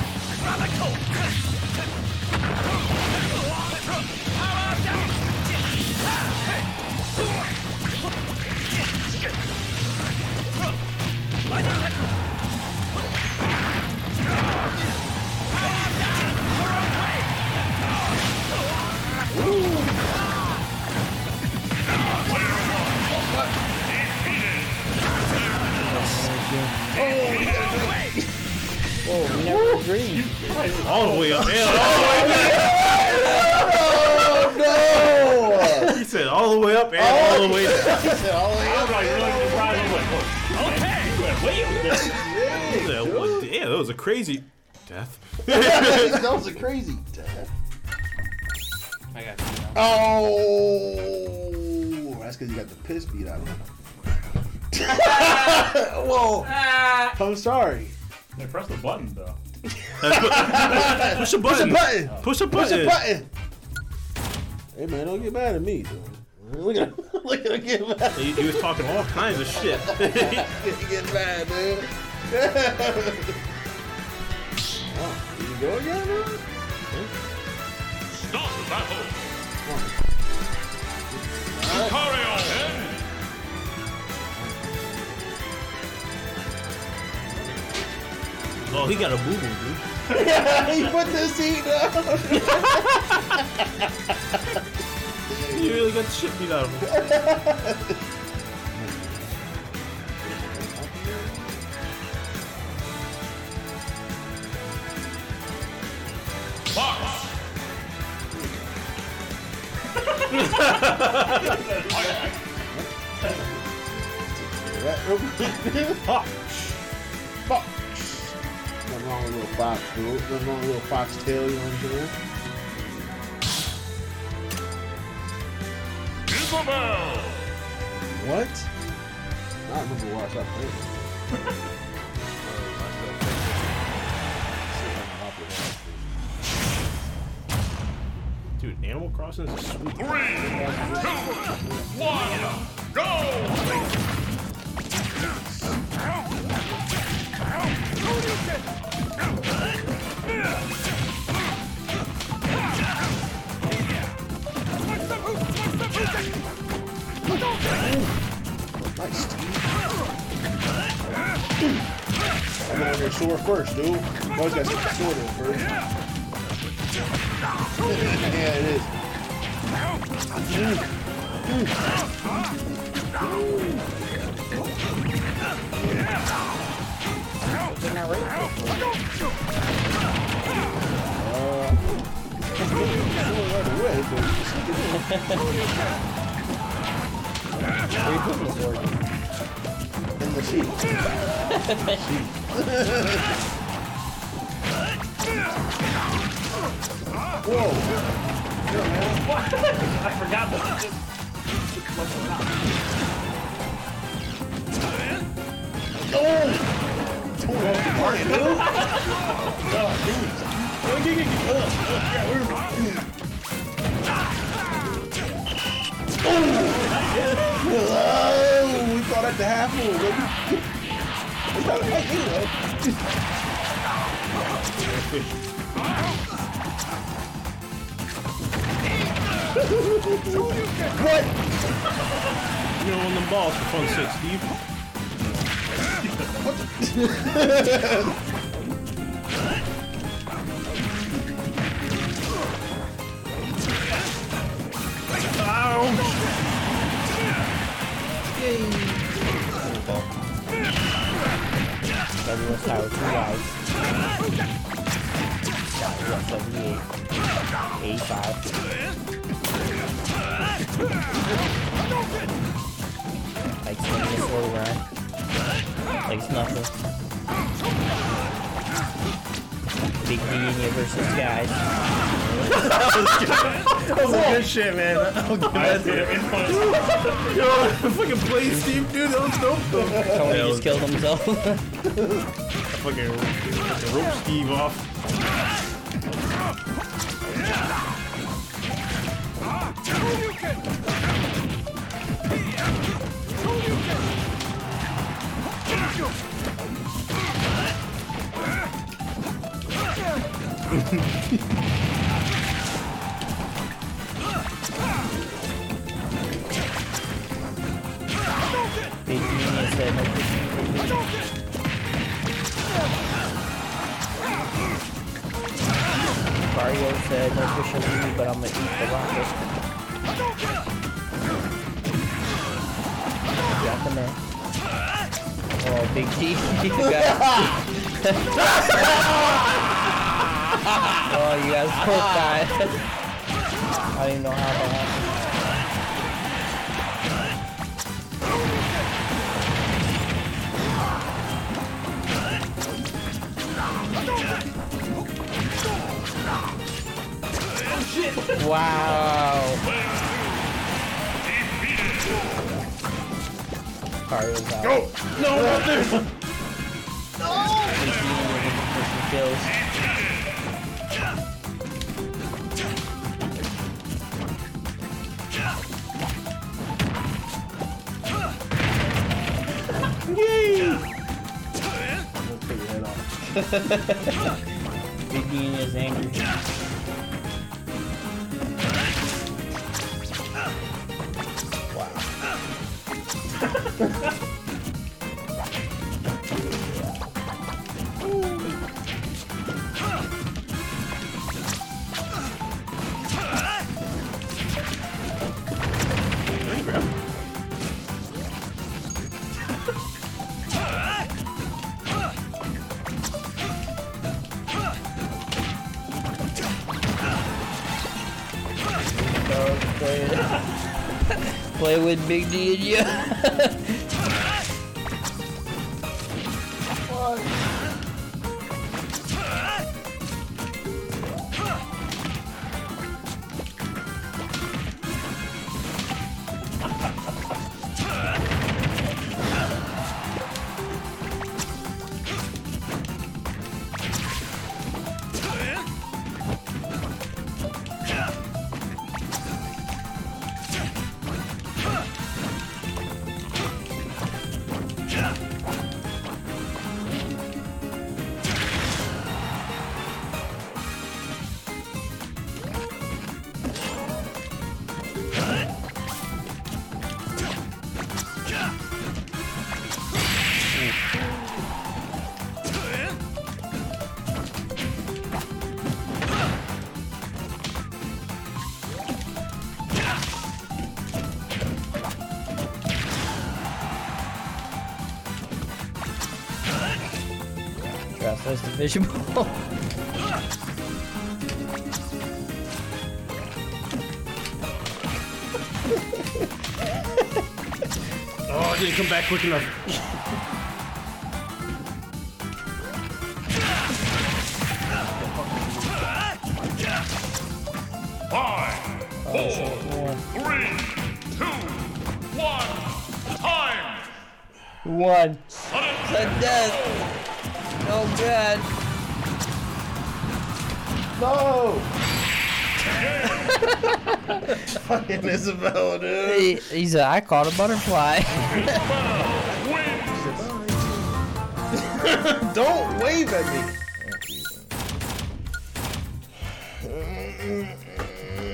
Whoa, we never agreed.
All the way up there. All the way back.
Oh,
He said all the way up and all the way down.
no.
He said, "What- Yeah, that was a crazy death.
that was a crazy death. I got Oh, that's because you got the piss beat out of him. Whoa. I'm sorry.
They pressed the button though.
Push a
Push a
button.
button.
Push a
Push a
button.
button. Hey man, don't get mad at me. dude. Look at him. Look at him get mad.
He, he was talking all kinds of shit.
Get, get mad, man. oh, here you go again, man.
Start the battle! Carry on then!
oh, he got a boo boo, dude.
he put this heat down.
He really got the shit beat out of him.
March!
That real quick. Fox. Fox. Nothing wrong with a little fox, dude. Nothing wrong with a little fox tail, you know what I'm saying?
Isabel!
What? I don't remember why I stopped playing. Oh, See if I can hop it off.
Dude, Animal Crossing is sweet.
Three, two, one, go!
Nice. Steve. I'm gonna have your sword first, dude. Always gotta stick the sword in first. yeah, it is. Uh, Uh, Red, but in the sheep. Whoa.
I forgot that.
Oh, we thought at the half moon, baby. It's not like you, though. What?
You know, on them balls for fun sake, Steve.
Fabulous Tower, two guys. One seventy-eight, eighty-five. Like swinging a sword around. Like it's nothing. Big Virginia versus guys.
That was good shit, man. Yo, fucking play Steve, dude. That was dope.
Tony just killed himself.
Fucking fucking rope Steve off.
Big Virginia said, "No, Mario said, no fish will leave, but I'm gonna eat the rocket. Got the man. Oh, Big T. you guys. oh, you guys both died. I don't even know how that happened. Wow. Mario's out.
No,
Big T with the kills. Big D and his anger. Dog, play, play with Big D and you. Trust us to fish a bowl.
Oh, I didn't come back quick enough.
Five, four, three, two, one. Time.
One.
Let
The
it
death. Oh god.
No! Fucking Isabel, dude.
He, he said, I caught a butterfly.
wins.
Don't wave at me.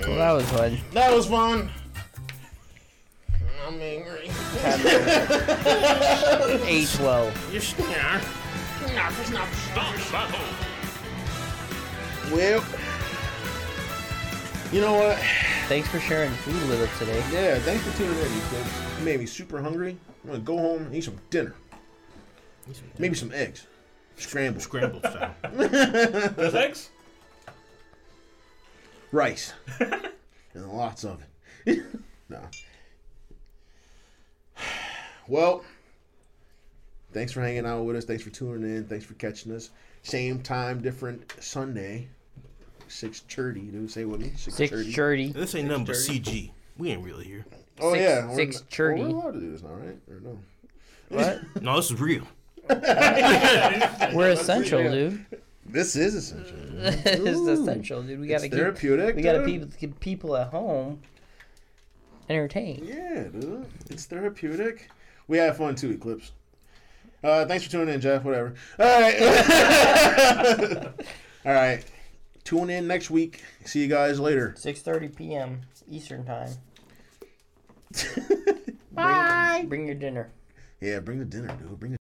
well, that was fun.
That was fun. I'm angry.
812.
Stop battle.
Well, you know what?
Thanks for sharing food with us today.
Yeah, thanks for tuning in, you kids. You made me super hungry. I'm gonna go home and eat some dinner. Maybe some eggs. Scrambled.
Scrambled style.
There's eggs?
Rice. and lots of it. no. Well, thanks for hanging out with us. Thanks for tuning in. Thanks for catching us. Same time, different Sunday. 6.30, dude. Say what?
6
6.30.
Shirty.
This ain't nothing but CG. We ain't really here.
Oh,
six-
yeah. we're-
6:30.
Well, we're allowed to do this now, right? Or no?
What?
No, this is real.
We're essential, dude.
This is essential.
it's essential, dude. We
It's
gotta keep,
therapeutic.
we gotta
dude.
people, keep people at home entertained.
Yeah, dude. It's therapeutic. We had fun too, Eclipse. Uh, thanks for tuning in, Jeff. Whatever. All right. All right. Tune in next week. See you guys later.
6:30 p.m. Eastern time.
Bye.
Bring your dinner.
Yeah, bring the dinner, dude. Bring the